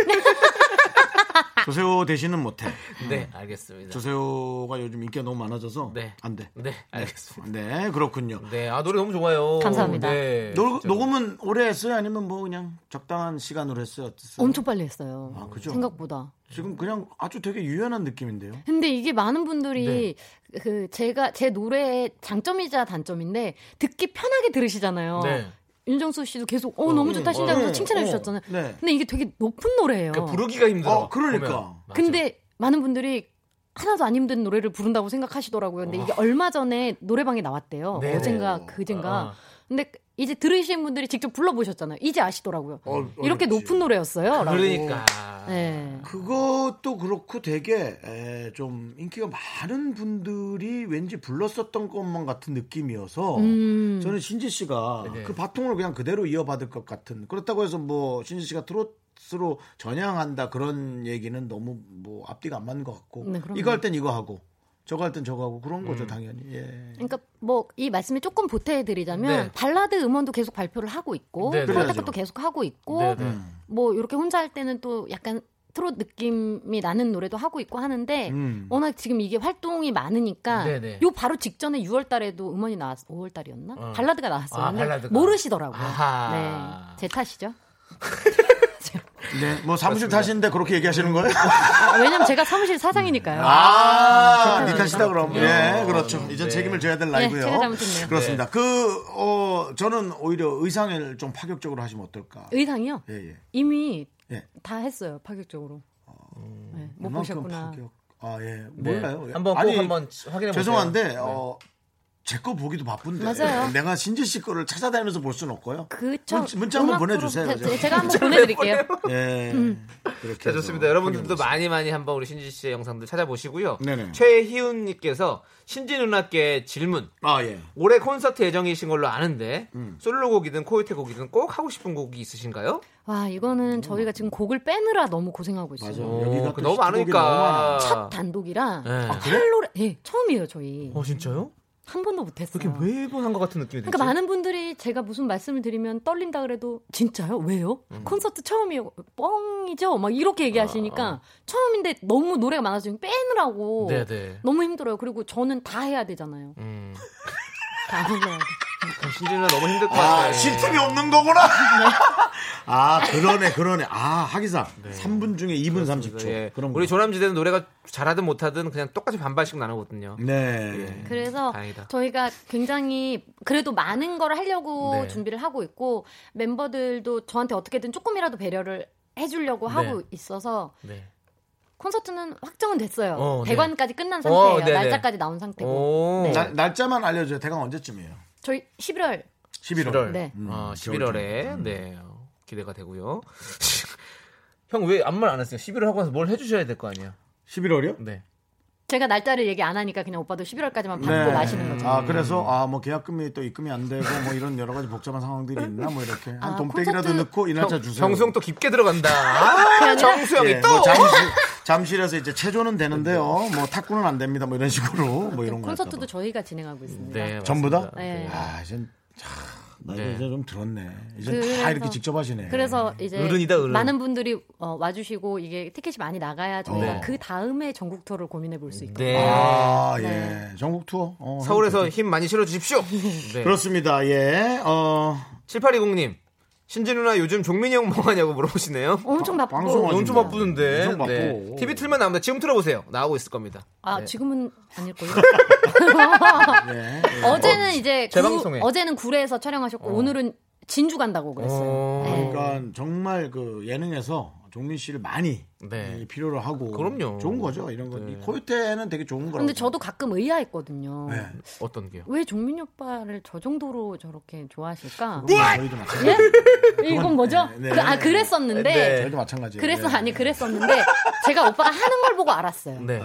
조세호 대신은 못해.
네, 알겠습니다.
조세호가 요즘 인기가 너무 많아져서
네.
안 돼.
네, 알겠습니다.
네 그렇군요.
네, 아 노래 너무 좋아요.
감사합니다.
네,
노-
진짜.
녹음은 오래 했어요? 아니면 뭐 그냥 적당한 시간으로 했어요? 어땠어요?
엄청 빨리 했어요.
아, 그죠?
생각보다.
지금 그냥 아주 되게 유연한 느낌인데요.
근데 이게 많은 분들이
네.
그 제가 제 노래의 장점이자 단점인데 듣기 편하게 들으시잖아요.
네.
윤정수 씨도 계속 어 너무 좋다 신장에서
어,
칭찬해
어,
주셨잖아요.
네.
근데 이게 되게 높은 노래예요.
그러니까 부르기가 힘들어.
어, 그러니까.
보면. 맞아.
근데 많은 분들이 하나도 안 힘든 노래를 부른다고 생각하시더라고요. 근데 이게 얼마 전에 노래방에 나왔대요.
네.
어젠가 그젠가.
아.
근데 이제 들으신 분들이 직접 불러보셨잖아요. 이제 아시더라고요.
어, 어렵지.
이렇게
어.
높은 노래였어요. 라고.
그러니까.
네.
그것도 그렇고 되게 에, 좀 인기가 많은 분들이 왠지 불렀었던 것만 같은 느낌이어서
음.
저는 신지 씨가
네네.
그 바통을 그냥 그대로 이어받을 것 같은 그렇다고 해서 뭐 신지 씨가 트로트로 전향한다 그런 얘기는 너무 뭐 앞뒤가 안 맞는 것 같고
네, 그럼요.
이거 할 땐 이거 하고 저거 할 땐 저거 하고 그런
음.
거죠 당연히 예.
그러니까 뭐 이 말씀에 조금 보태드리자면
네.
발라드 음원도 계속 발표를 하고 있고
네, 네.
선택
그래야죠.
것도 계속 하고 있고
네, 네.
뭐 이렇게 혼자 할 때는 또 약간 트롯 느낌이 나는 노래도 하고 있고 하는데
음.
워낙 지금 이게 활동이 많으니까
네, 네.
요 바로 직전에 6월달에도 음원이 나왔 5월달이었나
어.
발라드가 나왔어요.
아,
근데
발라드가.
모르시더라고요.
아하.
네, 제 탓이죠.
네, 뭐 사무실 타시는데 그렇게 얘기하시는 거예요?
아, 왜냐면 제가 사무실 사장이니까요.
아,
그렇구나.
니 탓이다 그럼. 예, 그렇죠.
네.
이젠 책임을 져야 될 나이고요.
제가 잘못했네요.
그렇습니다. 그, 어, 저는 오히려 의상을 좀 파격적으로 하시면 어떨까.
의상이요.
예, 예.
이미
예. 음.
다 했어요 파격적으로. 네, 못
그만큼
보셨구나.
파격. 아, 예.
네.
몰라요.
한번 꼭
아니,
한번 확인해 보세요. 네.
죄송한데, 어, 제 거 보기도 바쁜데
맞아요.
내가 신지 씨 거를 찾아다니면서 볼 수는 없고요.
그쵸.
문자- 문자 한번
음악으로
보내주세요,
제-
그죠?
제가 한번 보내드릴게요.
예.
음.
그렇게
자,
해서
네, 좋습니다. 여러분들도
보내보겠습니다.
많이 많이 한번 우리 신지 씨의 영상들 찾아보시고요.
네네.
최희훈님께서 신지 누나께 질문.
아 예.
올해 콘서트 예정이신 걸로 아는데 솔로곡이든 코요태 곡이든 꼭 하고 싶은 곡이 있으신가요?
와 이거는 저희가 지금 곡을 빼느라 너무 고생하고 있어요.
맞아.
어,
여기가 또 시트곡이
너무
너무
많으니까.
첫 단독이라
네. 아,
할로래 예, 처음이에요 저희
어 진짜요?
한 번도 못했어요.
이렇게 매번 한 것 같은 느낌이 들죠.
그러니까 많은 분들이 제가 무슨 말씀을 드리면 떨린다 그래도 진짜요? 왜요?
음.
콘서트 처음이에요. 뻥이죠? 막 이렇게 얘기하시니까 처음인데 너무 노래가 많아서 지금 빼느라고
아, 네네.
너무 힘들어요. 그리고 저는 다 해야 되잖아요.
음.
다 불러야 돼.
신지 누나 너무 힘들 것 같아요.
네.
아, 실팁이 없는 거구나. 아, 그러네, 그러네. 아, 하기사. 3분 중에 2분 30초.
예.
그런 거.
우리 조남지대는 노래가 잘하든 못하든 그냥 똑같이 반반씩 나누거든요.
네.
예.
그래서
다행이다.
저희가 굉장히 그래도 많은 걸 하려고
네.
준비를 하고 있고 멤버들도 저한테 어떻게든 조금이라도 배려를 해주려고 하고 있어서
네.
콘서트는 확정은 됐어요.
어, 네.
대관까지 끝난 상태예요.
어, 네네. 어.
날짜까지 나온 상태고
오.
네.
날- 날짜만 알려줘요. 대강 언제쯤이에요?
저희 11월
11월.
11월.
네.
음,
아,
겨울
11월에 네 어, 기대가 되고요. 형 왜 아무 말 안 했어요? 11월 하고 나서 뭘 해주셔야 될 거 아니에요?
11월이요?
네.
제가 날짜를 얘기 안 하니까 그냥 오빠도 11월까지만 받고
네.
마시는 거죠. 음.
아, 그래서, 아, 뭐 계약금이 또 입금이 안 되고 뭐 이런 여러 가지 복잡한 상황들이 있나 뭐 이렇게. 한
아,
돈백이라도
콘서트-
넣고 이 날짜 주세요.
정수형 또 깊게 들어간다. 아, 정수형이
예,
또.
뭐 잠실, 잠실에서 이제 체조는 되는데요. 뭐 탁구는 안 됩니다. 뭐 이런 식으로 뭐 이런 거.
콘서트도 저희가 진행하고 있습니다.
네,
전부 다?
맞습니다.
네.
아, 이젠 나 이제
네.
좀 들었네. 이제
그래서-
다 이렇게 직접 하시네.
그래서 이제
어른이다, 어른.
많은 분들이 어, 와주시고 이게 티켓이 많이 나가야 저희가
어.
그 다음에 전국 투어를 고민해 볼 수 있고
네.
아,
네.
예. 전국 투어. 어,
서울에서 힘 많이 실어 주십시오. 네.
그렇습니다. 예. 어,
7820님. 신지 누나 요즘 종민이 형 뭐 하냐고 물어보시네요.
엄청 바쁘고
방송
너무 좀 바쁘는데.
엄청 바쁘고.
네. TV 틀면 나옵니다. 지금 틀어보세요. 나오고 있을 겁니다.
아
네.
지금은 아닐 거예요.
예.
어제는 이제 구-
재방송에.
어제는 구례에서 촬영하셨고 오늘은 진주 간다고 그랬어요.
어.
네.
그러니까 정말 그 예능에서 종민 씨를 많이
네.
이 필요로 하고
그럼요. 네.
좋은 거죠. 이런 거. 이 코요태는 되게 좋은 거라고.
근데 저도 가끔 의아했거든요.
네.
어떤 게요?
왜 종민 오빠를 저 정도로 저렇게 좋아하실까?
그건 저희도 마찬가지.
예? 이건 뭐죠?
네, 네.
그- 아 그랬었는데
네.
저희도 예. 마찬가지.
그랬어 아니 그랬었는데 제가 오빠가 하는 걸 보고 알았어요.
네.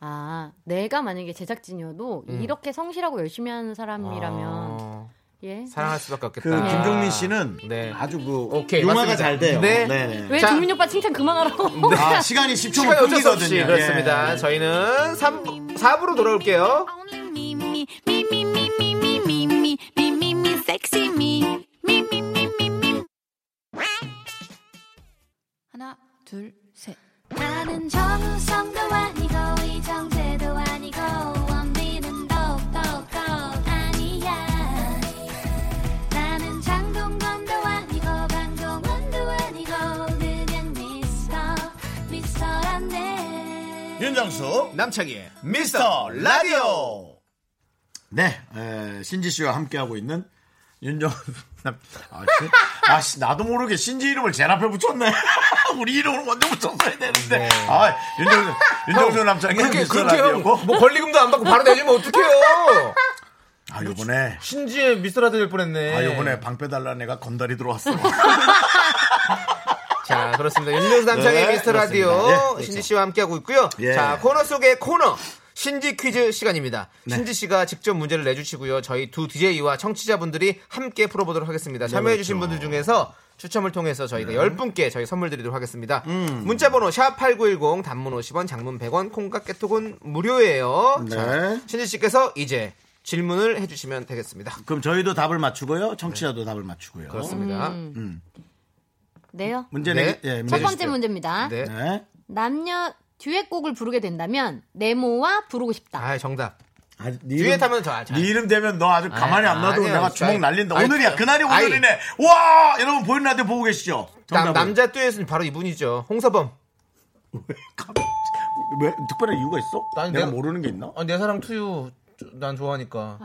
아 내가 만약에 제작진이어도 이렇게 성실하고 열심히 하는 사람이라면
아,
예.
사랑할 수밖에 없겠다.
그 김종민 씨는
아. 네.
아주 그
오케이,
융화가
맞습니다.
잘 돼요.
네.
네.
왜
자.
종민 오빠 칭찬 그만하라고?
아, 시간이 10초면
시간이 어쩔 수 없이
끊기거든요. 예.
그렇습니다. 저희는 3, 4부로 돌아올게요.
하나, 둘, 셋.
나는 정우성도 아니고 이정재도 아니고 원빈은 더욱더 아니야 나는 장동건도 아니고 방종원도 아니고 그냥 미스터 미스터란데
예, 윤정수
남창희의
미스터 라디오. 네, 에, 신지 씨와 함께하고 있는 윤정 아, 씨. 아, 씨, 나도 모르게 신지 이름을 제일 앞에 붙였네. 우리 이름을 먼저 붙였어야 되는데. 아, 윤정 윤정수 남창이
그렇게
미스터
그렇게 형,
라디오고.
뭐 권리금도 안 받고 바로 내주면 어떡해요?
아, 요번에
신지의 미스터라드 될 뻔했네.
아, 요번에 방 빼달라는 애가 건달이 들어왔어.
자 그렇습니다. 윤정수 남창의
네,
미스터 라디오
그렇습니다. 예, 그렇죠.
신지 씨와 함께하고 있고요.
예.
자 코너 속의 코너 신지 퀴즈 시간입니다.
네.
신지 씨가 직접 문제를 내주시고요. 저희 두 DJ와 청취자분들이 함께 풀어보도록 하겠습니다.
네,
참여해주신
그렇죠.
분들 중에서 추첨을 통해서 저희가 열 10분께 저희 선물 드리도록 하겠습니다.
음.
문자번호 샵8910 단문 50원 장문 100원 콩깍 깨톡은 무료예요. 자,
네.
신지 씨께서 이제 질문을 해주시면 되겠습니다.
그럼 저희도 답을 맞추고요. 청취자도 답을 맞추고요.
그렇습니다.
네요.
문제
네.
내기. 예, 문제
첫 번째 문제입니다.
네.
내주세요. 네.
남녀 듀엣곡을 부르게 된다면 네모와 부르고 싶다.
아 정답.
아, 네
뒤에
이름-
타면 더 잘.
네 이름 되면 너 아주 가만히 안 놔두고
아니야,
내가
진짜.
주먹 날린다.
아니,
오늘이야.
아니.
그날이 오늘이네. 와! 여러분 보이는 라디오 보고 계시죠?
남,
정답은?
남자 듀엣은 바로 이분이죠. 홍서범.
왜? 특별한 이유가 있어?
아니,
내가,
내가-
모르는 게 있나?
어, 내 사랑 투유 난 좋아하니까.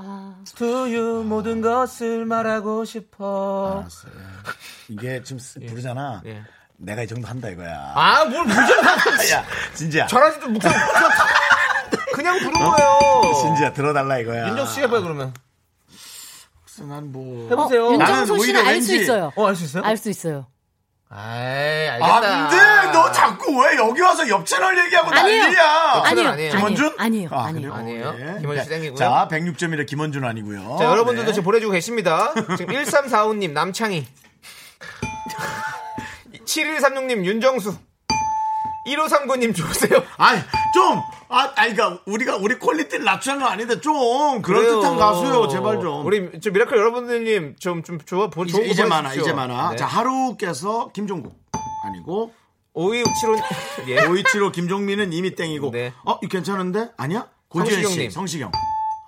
투유 모든 것을 말하고 싶어.
알았어요. 이게 지금 쓰- 부르잖아.
예. 아,
내가 이 정도 한다 이거야.
아뭘 무슨
야, 진지야.
잘하지도 못해. 그냥 부른 거예요.
어? 진지야 들어달라 이거야.
윤정수 씨 해봐요, 그러면.
글쎄, 난 뭐.
해보세요.
어, 윤정수 씨는 알 수 있어요.
어, 알 수 있어요?
알 수 있어요.
아이,
안
알겠다.
돼! 너 자꾸 왜 여기 와서 옆 채널 얘기하고
아니에요.
난리야!
아니요.
아니에요.
김원준?
아니에요.
아,
아니에요.
그래요?
아니에요.
예.
김원준 시장이고요.
자, 106점이라 김원준 아니고요.
자, 여러분들도
네.
지금 보내주고 계십니다. 지금 1345님, 남창희. 7136님, 윤정수. 1539님, 주세요.
아니, 좀, 아, 아니, 그니까, 우리가, 우리 퀄리티를 낮추는 건 아닌데, 좀, 그럴듯한 가수요, 제발 좀.
우리, 저 미라클 여러분들님, 좀, 좀, 좋아, 보,
이제,
좋은
이제
거
많아,
보내주십시오.
이제 많아.
네.
자, 하루께서 김종국. 아니고,
5257호, 예.
527호 김종민은 이미 땡이고,
네.
어, 이 괜찮은데? 아니야? 고지현 씨,
성시경님.
성시경.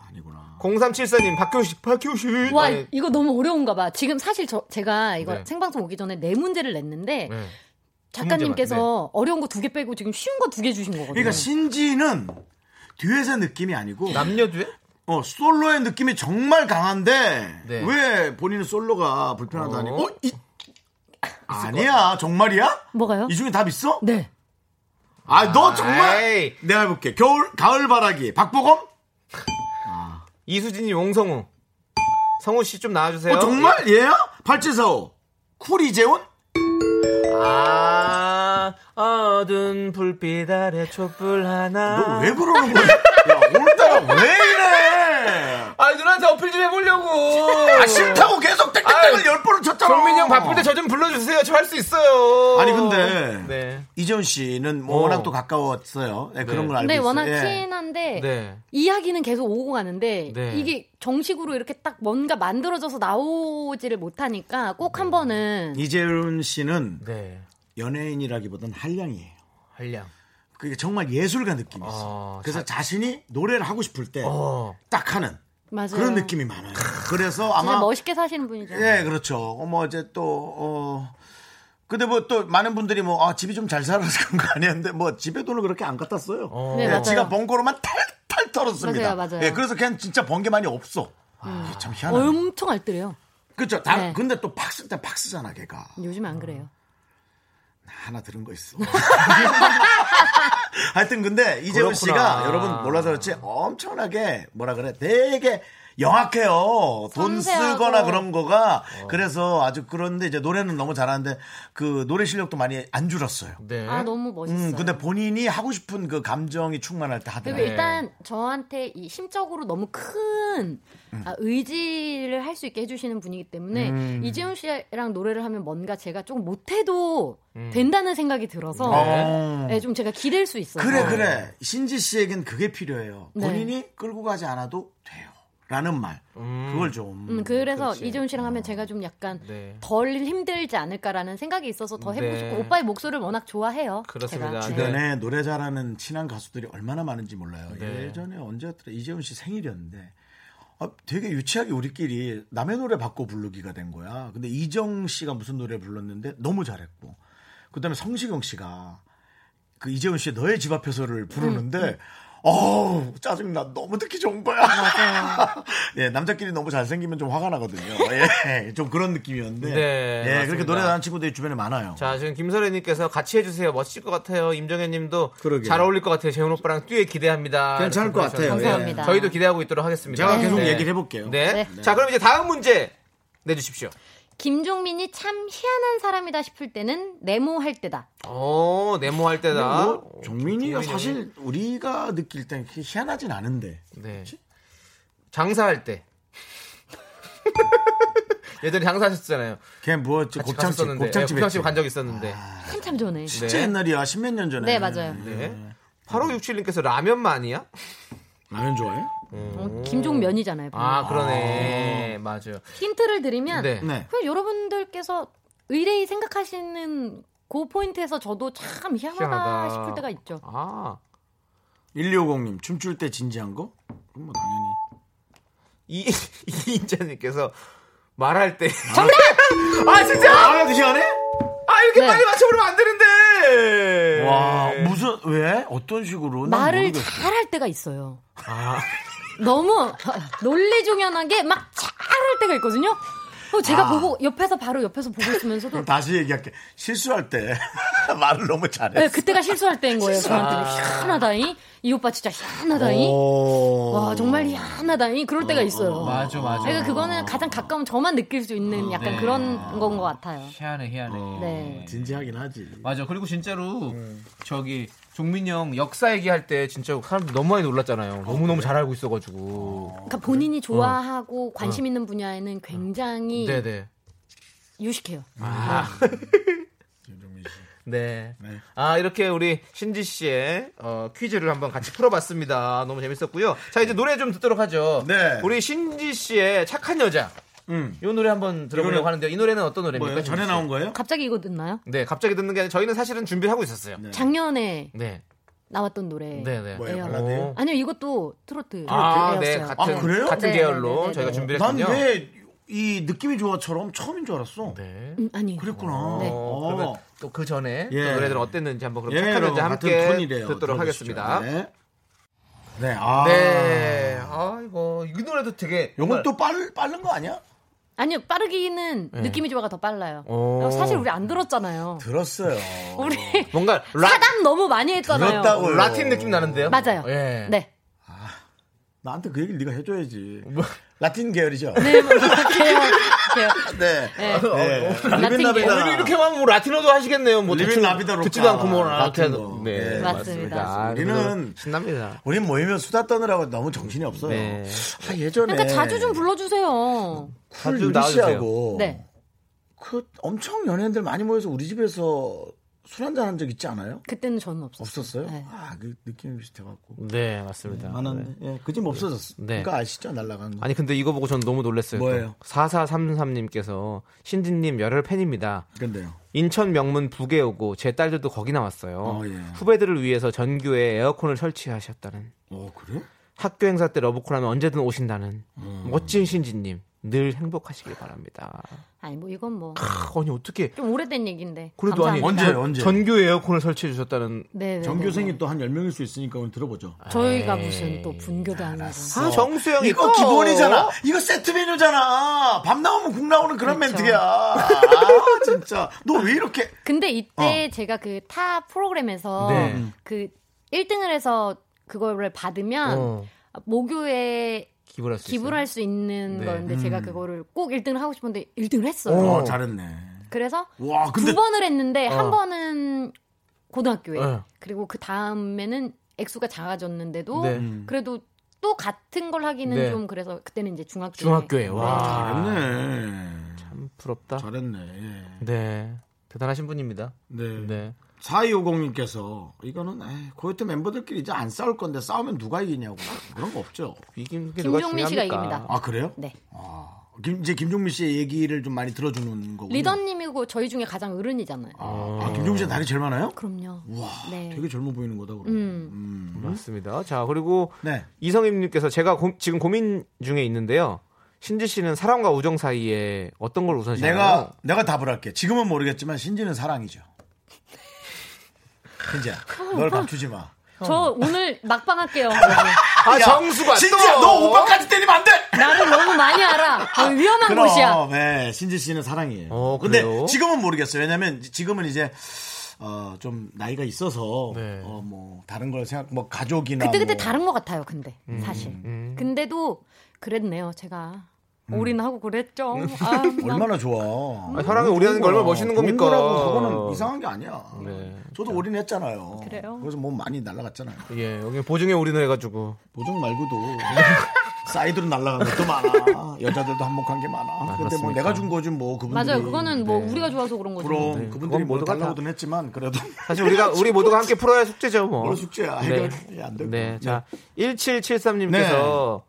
아니구나.
0374님, 박효식, 박효식.
와
네.
이거 너무 어려운가 봐. 지금 사실 저 제가 이거
네.
생방송 오기 전에 네 문제를 냈는데
네.
작가님께서 어려운 거 두 개 빼고 지금 쉬운 거 두 개 주신 거거든요.
네. 그러니까 신지는 뒤에서 느낌이 아니고,
네. 남녀주에?
어, 솔로의 느낌이 정말 강한데
네.
왜 본인은 솔로가 불편하다니?
어?
어, 이 아니야, 정말이야?
뭐가요?
이 중에 답 있어?
네.
아, 너 정말?
에이.
내가 해볼게. 겨울, 가을 바라기. 박보검? 어,
이수진님, 용성우. 성우 씨 좀 나와주세요.
어, 정말? 얘야? 8745. 쿨 이재훈?
아, 어두운 불빛 아래 촛불 하나.
너 왜 그러는 거야? 야, 오늘따라 왜 이래?
아, 누나한테 어필 좀 해보려고.
아, 싫다고 계속 땡땡땡을
아이,
열 번을 쳤잖아.
정민이 형 바쁠 때 저 좀 불러주세요. 저 할 수 있어요.
어. 아니, 근데.
네.
이재훈 씨는 뭐
어.
워낙 또 가까웠어요. 네, 그런
네.
걸 알고
근데
있어요.
워낙
예.
친한데
네.
이야기는 계속 오고 가는데
네.
이게 정식으로 이렇게 딱 뭔가 만들어져서 나오지를 못하니까 꼭 한 번은
네. 이재훈 씨는
네.
연예인이라기보단 한량이에요.
한량.
그게 정말 예술가 느낌이 있어.
어,
그래서 자... 신이 노래를 하고 싶을 때 딱
어.
하는
맞아요.
그런 느낌이 많아요. 그래서
진짜
아마
멋있게 사시는 분이죠.
예, 그렇죠. 어머 이제 또 어. 근데 뭐 또 많은 분들이 뭐 아, 집이 좀 잘 살아서 그런 거 아니었는데 뭐 집에 돈을 그렇게 안 갖다 써요.
네,
예,
맞아요.
지가 번 거로만 탈탈 털었습니다.
맞아요, 맞아요.
예, 그래서 걔는 진짜 번 게 많이 없어. 아, 이게 참 희한하네.
엄청 알뜰해요.
그렇죠. 다-
네.
근데 또 박스 때 박스잖아, 걔가.
요즘 안 그래요.
하나 들은 거 있어. 하여튼 근데 이재훈
그렇구나.
씨가 여러분 몰라서 그렇지 엄청나게 뭐라 그래 되게 영악해요. 돈
섬세하고.
쓰거나 그런 거가 그래서 아주 그런데 이제 노래는 너무 잘하는데 그 노래 실력도 많이 안 줄었어요.
네.
아 너무 멋있어요.
음 근데 본인이 하고 싶은 그 감정이 충만할 때
그리고
하더라고요.
네.
일단 저한테 이 심적으로 너무 큰
음.
아, 의지를 할 수 있게 해주시는 분이기 때문에 이재훈 씨랑 노래를 하면 뭔가 제가 조금 못해도
음.
된다는 생각이 들어서
어.
네, 좀 제가 기댈 수 있어요.
그래 그래 신지 씨에겐 그게 필요해요.
네.
본인이 끌고 가지 않아도 돼요. 라는 말. 그걸 좀.
음, 그래서 이재훈 씨랑 하면 제가 좀 약간
어. 네.
덜 힘들지 않을까라는 생각이 있어서 더 해보고
네.
싶고 오빠의 목소리를 워낙 좋아해요.
그렇습니다.
제가.
네.
주변에 노래 잘하는 친한 가수들이 얼마나 많은지 몰라요.
네.
예전에 언제였더라 이재훈 씨 생일이었는데 아, 되게 유치하게 우리끼리 남의 노래 바꿔 부르기가 된 거야. 근데 이정 씨가 무슨 노래 불렀는데 너무 잘했고 그다음에 성시경 씨가 그 이재훈 씨의 너의 집 앞에서를 부르는데 어우 짜증나 너무 듣기 좋은 거야. 예 남자끼리 너무 잘생기면 좀 화가 나거든요. 예, 좀 그런 느낌이었는데
네,
예 그렇게
맞습니다.
노래 잘하는 친구들이 주변에 많아요.
자, 지금 김설혜님께서 같이 해주세요. 멋질 것 같아요. 임정현 님도
그러게요.
잘 어울릴 것 같아요. 재훈 오빠랑 듀엣 기대합니다.
괜찮을
이렇게
것 같아요.
보내주셨는데
감사합니다.
저희도 기대하고 있도록 하겠습니다.
제가 계속 얘기를 해볼게요.
네.
네.
네. 자, 그럼 이제 다음 문제 내주십시오.
김종민이 참 희한한 사람이다 싶을 때는 네모할 때다.
어,
오, 네모 할 때다.
뭐 정민이가
정민이.
사실 우리가 느낄 땐 그렇게 희한하진 않은데
네. 장사할 때. 예전에 장사하셨잖아요.
걔 뭐 저
같이
곱창집 아,
갔었는데.
곱창집
예, 곱창집 간 적 있었는데.
한참 전에.
진짜
네.
옛날이야 십몇 년 전에
네 맞아요.
네. 8567님께서 라면 마니아?
라면 좋아해?
어, 김종면이잖아요. 방금.
아, 그러네. 맞아요.
힌트를 드리면
네.
네
그냥 여러분들께서 의뢰이 생각하시는 그 포인트에서 저도 참 희한하다,
희한하다.
싶을 때가 있죠.
아.
1250님 춤출 때 진지한 거? 그럼 뭐 당연히
이, 이인자님께서 말할 때. 정답! 아, 진짜!
아그 희한해?
아, 이렇게
네.
빨리 맞춰버리면 안 되는데!
와 무슨 왜? 어떤 식으로? 난
말을
모르겠어.
잘할 때가 있어요. 너무 논리종연하게 막 잘할 때가 있거든요. 어, 제가 보고 옆에서 바로 옆에서 보고 있으면서도
그럼 다시 얘기할게 실수할 때 말을 너무 잘했어.
네, 그때가 실수할 때인 거예요. 저한테는 희한하다잉. 이 오빠 진짜 희한하다잉.
오.
와 정말 희한하다잉. 그럴 때가 있어요.
맞아, 맞아.
그러니까 그거는 가장 가까운 저만 느낄 수 있는 약간
네.
그런 건 것 같아요.
희한해 희한해.
어.
네.
진지하긴 하지.
맞아. 그리고 진짜로
음.
저기
종민 형 역사 얘기할 때 진짜 사람들 너무 많이 놀랐잖아요. 너무 너무 잘 알고 어, 있어가지고. 어.
그러니까 본인이 좋아하고 관심 있는 분야에는 굉장히
네네.
유식해요.
네. 아 이렇게 우리 신지 씨의 어, 퀴즈를 한번 같이 풀어봤습니다. 너무 재밌었고요. 자 이제 노래 좀 듣도록 하죠.
네.
우리 신지 씨의 착한 여자. 이 노래 한번 들어보려고
이거는-
하는데요. 음. 이 노래는 어떤 노래입니까?
뭐예요? 전에 나온 거예요?
갑자기 이거 듣나요?
네, 갑자기 듣는 게 아니라 저희는 사실은 준비를 하고 있었어요. 네.
작년에
네.
나왔던 노래.
네, 네. 뭐예요, 발라드예요?
요 아니요, 이것도 트로트.
어,
아, 네,
트로트예요. 어,
같은 같은
네,
계열로 저희가 준비를 했군요.
예. 난왜이 느낌이 좋아처럼 처음인 줄 알았어.
음, 아니에요.
그랬구나.
네.
어.
그러면 또 그 전에
예.
또 노래들은 어땠는지 한번 그럼
예,
착한 여자
여러분,
함께
같은 톤이래요.
듣도록
들어보시죠.
하겠습니다.
네. 네, 아.
네. 아이고, 이 노래도 되게.
요건 또 빠른, 빠른 거 아니야?
아니요, 빠르기는
네. 어.
느낌이 좋아가 더 빨라요. 어,
오.
사실 우리 안 들었잖아요.
들었어요.
우리
뭔가 라,
사담 너무 많이 했잖아요.
들었다고요.
어, 라틴 느낌 나는데요?
맞아요.
예.
네.
나한테 그 얘기를 네가 해줘야지.
뭐?
라틴 계열이죠?
네, 뭐, 계열, 계열.
네.
네.
어,
네.
라틴 계열.
오늘 이렇게 하면 뭐 라티노도 하시겠네요. 뭐
리빈
대충
라비다
듣지도
로카
않고 뭐
같은
라틴도.
거.
네,
네.
맞습니다.
아,
우리는-
신납니다.
우린 모이면 수다 떠느라고 너무 정신이 없어요.
네.
아, 예전에.
그러니까 자주 좀
어.
불러주세요.
쿨
자주
유리
나와주세요.
씨하고
네.
그 엄청 연예인들 많이 모여서 우리 집에서 술 한잔 한 적 있지 않아요?
그때는 저는 없었어요.
없었어요?
네.
아, 그 느낌이 비슷해갖고.
네, 맞습니다. 네.
많았는데. 예, 그 집 없어졌어.
네.
그러니까 아시죠? 날라간 거.
아니 근데 이거 보고 전 너무 놀랐어요.
뭐예요?
4433님께서 신디님 열혈 팬입니다.
근데요.
인천 명문 북에 오고 제 딸들도 거기 나왔어요.
어, 예.
후배들을 위해서 전교에 에어컨을 설치하셨다는
어, 그래?
학교 행사 때 러브콜 하면 언제든 오신다는
음.
멋진 신지님 늘 행복하시길 바랍니다.
아니 뭐 이건 뭐 좀
크, 아니 어떻게
오래된 얘기인데.
그래도 아니
감사합니다.
언제예요? 언제?
전교에 에어컨을 설치해 주셨다는
네, 네, 네.
네, 전교생이 또 한 10명일 수 있으니까 오늘 들어보죠.
저희가
예.
무슨 또 분교도 아니고.
아, 정수영
이거
어?
기본이잖아. 이거 세트 메뉴잖아. 밥 나오면 국 나오는 그런
그렇죠.
멘트야. 아, 진짜. 너 왜 이렇게.
근데 이때 제가 그 타
아,
프로그램에서
어.
음.
네.
그 1등을 해서 그거를 받으면
어.
모교에
기부를 할수
음. 기부를 할 수 있는
네.
건데 제가 그거를 꼭 1등을 하고 싶은데 1등을 했어요.
어, 잘했네.
그래서
와,
두
근데
번을 했는데
어.
한 번은 고등학교에
네.
그리고 그 다음에는 액수가 작아졌는데도
네.
그래도 또 같은 걸 하기는
네.
좀 그래서 그때는 이제 네. 중학교
중학교에 와
잘했네.
참 부럽다.
음. 잘했네. 예.
네 대단하신 분입니다.
네.
네.
4250님께서 이거는 에이, 고요태 멤버들끼리 이제 안 싸울 건데 싸우면 누가 이기냐고 그런 거 없죠.
이긴 게 누가
김종민 씨가
중요합니까?
이깁니다.
아 그래요?
네.
아, 김, 이제 김종민 씨의 얘기를 좀 많이 들어주는 거고.
리더님이고 저희 중에 가장 어른이잖아요.
아, 김종민 씨는 나이 제일 많아요?
그럼요.
와,
네.
되게 젊어 보이는 거다 그럼.
음.
맞습니다. 자 그리고
네.
이성임님께서 제가 고- 지금 고민 중에 있는데요. 신지 씨는 사랑과 우정 사이에 어떤 걸 우선시나요?
내가 내가 답을 할게. 지금은 모르겠지만 신지는 사랑이죠. 신지야, 널 감추지 마.
저 오늘 막방 할게요.
아 정수가
진짜
또!
너 오빠까지 때리면 안 돼.
나를 너무 많이 알아. 아, 위험한
그럼,
곳이야.
네, 신지 씨는 사랑이에요.
어,
근데
그래요?
지금은 모르겠어요. 왜냐면 지금은 이제 어, 좀 나이가 있어서
네.
어, 뭐 다른 걸 생각, 뭐 가족이나
그때 그때
뭐.
다른 것 같아요. 근데 사실.
음,
근데도 그랬네요. 제가 올인하고 그랬죠. 아, 나-
음. 얼마나 좋아.
아, 사랑에 올인하는 게 얼마나 멋있는 겁니까?
라고 그거는 이상한 게 아니야.
네.
저도 올인했잖아요.
그래요?
서몸 많이 날라갔잖아요.
예, 여기 보증에 올인을 해가지고
보정 말고도 사이드로 날라간 것도 많아. 여자들도 한몫한 게 많아. 근데 뭐
그렇습니까?
내가 준 거지 뭐 그분들이.
맞아요. 그거는 뭐 우리가 좋아서 그런 거죠.
그럼
네,
그분들이
그건
뭐
모두가 다-
달라고든 했지만 그래도
사실 우리가 우리 모두가 함께 풀어야 할 숙제죠 뭐.
뭘 숙제야.
네.
해결이 안 되고.
네, 자 1773님께서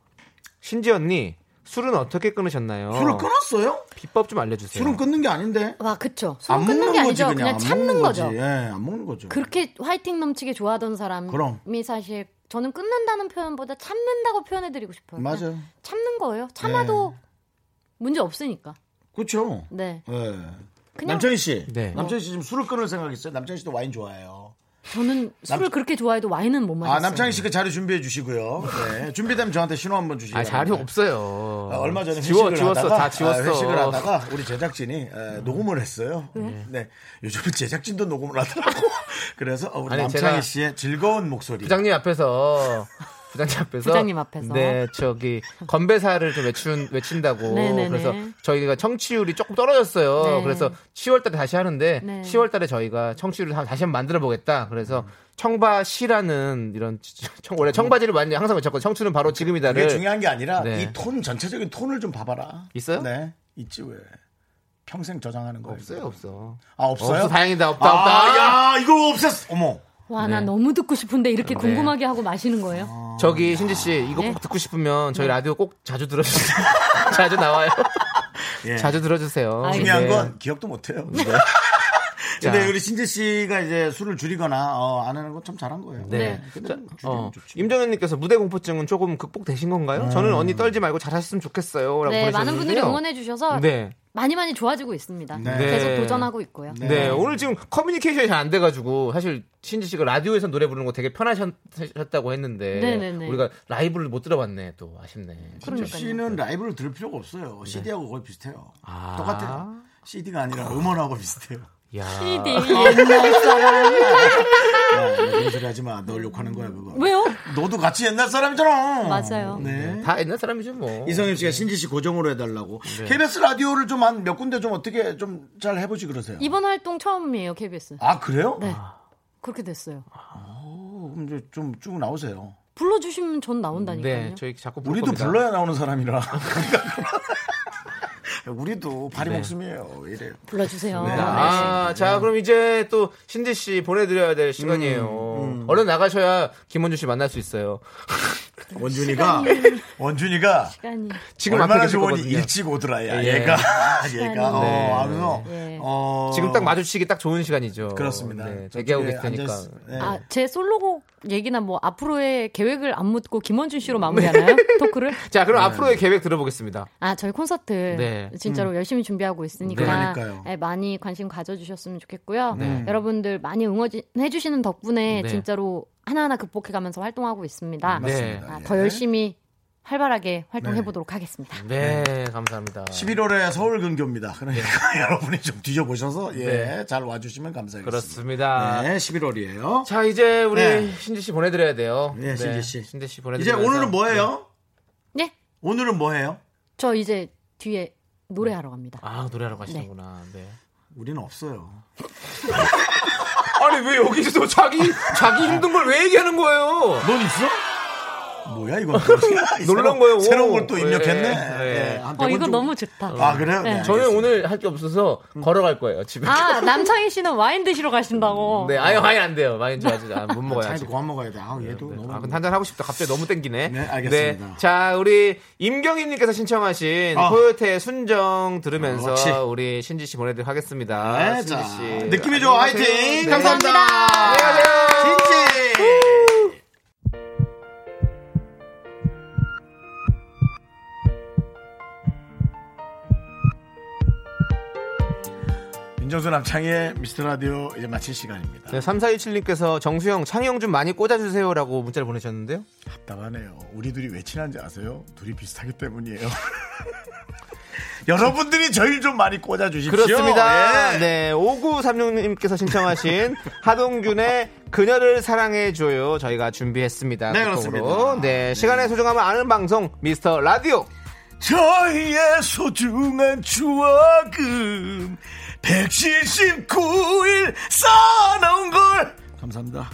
신지 언니 술은 어떻게 네. 끊으셨나요?
네. 술을 네. 끊었어요?
비법 좀 알려주세요.
술은 끊는 게 아닌데.
와, 그쵸.
안
술은
먹는
끊는 게
거지
아니죠.
그냥,
그냥,
안
참는
먹는
거죠.
예, 안 먹는 거죠.
그렇게 화이팅 넘치게 좋아하던 사람이
그럼.
사실 저는 끊는다는 표현보다 참는다고 표현해드리고 싶어요. 그냥
맞아요. 네.
참는 거예요. 참아도 문제 없으니까.
그렇죠.
네.
예.
그냥
남창희 씨,
네.
남창희 씨 지금 술을 끊을 생각 있어요? 남창희 씨도 와인 좋아해요.
저는 술을
남-
그렇게 좋아해도 와인은 못 마셨어요.
아, 남창희 씨가 자료 준비해 주시고요. 네. 준비되면 저한테 신호 한번 주시고요.
아, 자료 없어요.
네. 아, 얼마 전에 회식을
지워, 지웠어.
하다가
다 지웠어.
아, 회식을 하다가 우리 제작진이 에, 녹음을 했어요. 네. 요즘은 제작진도 녹음을 하더라고. 그래서 어, 우리
아니, 제가
남창희 씨의 즐거운 목소리.
부장님 앞에서 부장님 앞에서
부장님 앞에서.
네 저기 건배사를 좀 외친 외친다고
네네네.
그래서 저희가 청취율이 조금 떨어졌어요.
네.
그래서 10월달에 다시 하는데
네.
10월달에 저희가 청취율을 한- 다시 한번 만들어 보겠다. 그래서 청바시라는 이런 청, 원래 청바지를 많이 항상 외쳤고 청춘은 바로 지금이다를
그게 중요한 게 아니라
네.
이 톤 전체적인 톤을 좀 봐봐라.
있어요?
네, 있지 왜? 평생 저장하는 거
없어요 없어.
아 없어요?
없어, 다행이다 없다
아,
없다.
야 이거 없앴어. 어머.
와, 나 너무 듣고 싶은데 이렇게
네. 아,
궁금하게 하고 마시는 거예요?
저기 신지 씨 이거
네.
꼭 듣고 싶으면 저희 라디오 꼭 자주 들어주세요. 자주 나와요.
예.
자주 들어주세요.
아,
중요한
네.
건 기억도 못해요. 근데 우리 신재 씨가 이제 술을 줄이거나 어, 안 하는 건 참 잘한 거예요.
네.
근데
자,
뭐 줄이면
어,
좋지.
임정현님께서 무대 공포증은 조금 극복되신 건가요?
음.
저는 언니 떨지 말고 잘하셨으면 좋겠어요라고
네, 많은 분들이
보내주셨는데요.
응원해 주셔서
네.
많이 많이 좋아지고 있습니다.
네.
계속 도전하고 있고요.
네. 오늘 지금 커뮤니케이션이 잘 안 돼가지고 사실 신지 씨가 라디오에서 노래 부르는 거 되게 편하셨다고 했는데
네네네.
우리가 라이브를 못 들어봤네 또 아쉽네.
신재 씨는 라이브를 들을 필요가 없어요. CD하고 거의 비슷해요.
네. 아.
똑같아요. CD가 아니라 음원하고 비슷해요.
야.
CD.
아. 네.
옛날 사람. 야, 그런 소리 하지 마. 널 욕하는 거야 그거.
왜요?
너도 같이 옛날 사람이잖아.
맞아요.
네.
다 옛날 사람이죠 뭐.
이성엽 씨가 신지 씨 고정으로 해달라고.
네.
KBS 라디오를 좀 한 몇 군데 좀 어떻게 좀 잘 해보지 그러세요.
이번 활동 처음이에요, KBS.
아 그래요?
예. 네. 그렇게 됐어요.
어, 그럼 이제 좀 쭉 나오세요.
불러주시면 전 나온다니까요.
네, 저희 자꾸 부를
우리도
겁니다.
불러야 나오는 사람이라. 우리도 발이
네.
목숨이에요. 왜 이래요.
불러주세요.
네.
아, 자, 그럼 이제 또 신지 씨 보내드려야 될 시간이에요.
음,
얼른 나가셔야 김원준 씨 만날 수 있어요.
원준이가 원준이가
시간이.
지금 앞에
얼마나
계실
좋으니
거거든요.
일찍 오더라야.
예.
얘가 얘가 어,
네.
하면서
예.
어,
지금 딱 마주치기 딱 좋은 시간이죠.
그렇습니다.
네,
저쪽에
얘기하고 계실 테니까.
앉아있- 네.
아, 제 솔로곡 얘기나 뭐 앞으로의 계획을 안 묻고 김원준 씨로
네.
마무리하나요? 토크를?
자,
네.
그럼 앞으로의 계획 들어보겠습니다.
아, 저희 콘서트
네.
진짜로 열심히 준비하고 있으니까
그러니까요.
예, 많이 관심 가져주셨으면 좋겠고요. 여러분들 많이 응원해주시는 덕분에
네.
진짜로 하나하나 극복해가면서 활동하고 있습니다.
맞습니다.
아, 더 열심히 활발하게 활동해보도록 하겠습니다.
네, 감사합니다.
11월에 서울 근교입니다. 그러니까 여러분이 좀 뒤져보셔서 예, 잘 와주시면 감사하겠습니다.
네. 그렇습니다.
네, 11월이에요.
자, 이제 우리
네.
신지 씨 보내드려야 돼요.
네, 신지 씨.
신지 씨
이제
보내드려야
오늘은 뭐예요?
네,
오늘은 뭐예요?
저 이제 뒤에 노래하러 갑니다. 어,
아, 노래하러 가시는구나. 네.
우리는 없어요.
아니, 왜 여기서 자기, 자기 힘든 걸 왜 얘기하는 거예요?
넌 있어? 뭐야 이건
놀란 거예요.
새로운 걸 또
예,
입력했네.
예.
예, 한
어,
100원
이거
좀-
너무 좋다.
아 그래요? 네.
저는 오늘 할 게 없어서 걸어갈 거예요, 집에.
아, 남창희 씨는 와인 드시러 가신다고.
네, 아유, 아유, 안 돼요. 많이 좋아하지. 아, 못 먹어요.
차이도
아직.
고만 먹어야 돼. 아 얘도 너무.
아, 근데 한잔 하고 싶다. 갑자기 너무 땡기네.
네, 알겠습니다.
자, 우리 임경희님께서 신청하신
어.
코요태 순정 들으면서
그렇지.
우리 신지 씨 보내드리도록 하겠습니다.
네,
신지
자,
씨. 네,
느낌이 좋아. 화이팅. 감사합니다.
안녕하세요.
진지. 윤정수 남창의 미스터 라디오 이제 마칠 시간입니다.
네, 3417님께서 정수영, 창영 좀 많이 꽂아주세요라고 문자를 보내셨는데요.
답답하네요. 우리 둘이 왜 친한지 아세요? 둘이 비슷하기 때문이에요. 여러분들이 저희를 좀 많이 꽂아주십시오.
그렇습니다.
예.
네, 5936님께서 신청하신 하동균의 그녀를 사랑해줘요. 저희가 준비했습니다.
네,
끝곡으로.
그렇습니다.
네, 시간의 소중함을 아는 방송, 미스터 라디오.
저희의 소중한 추억은 179일 쌓아놓은 걸 감사합니다.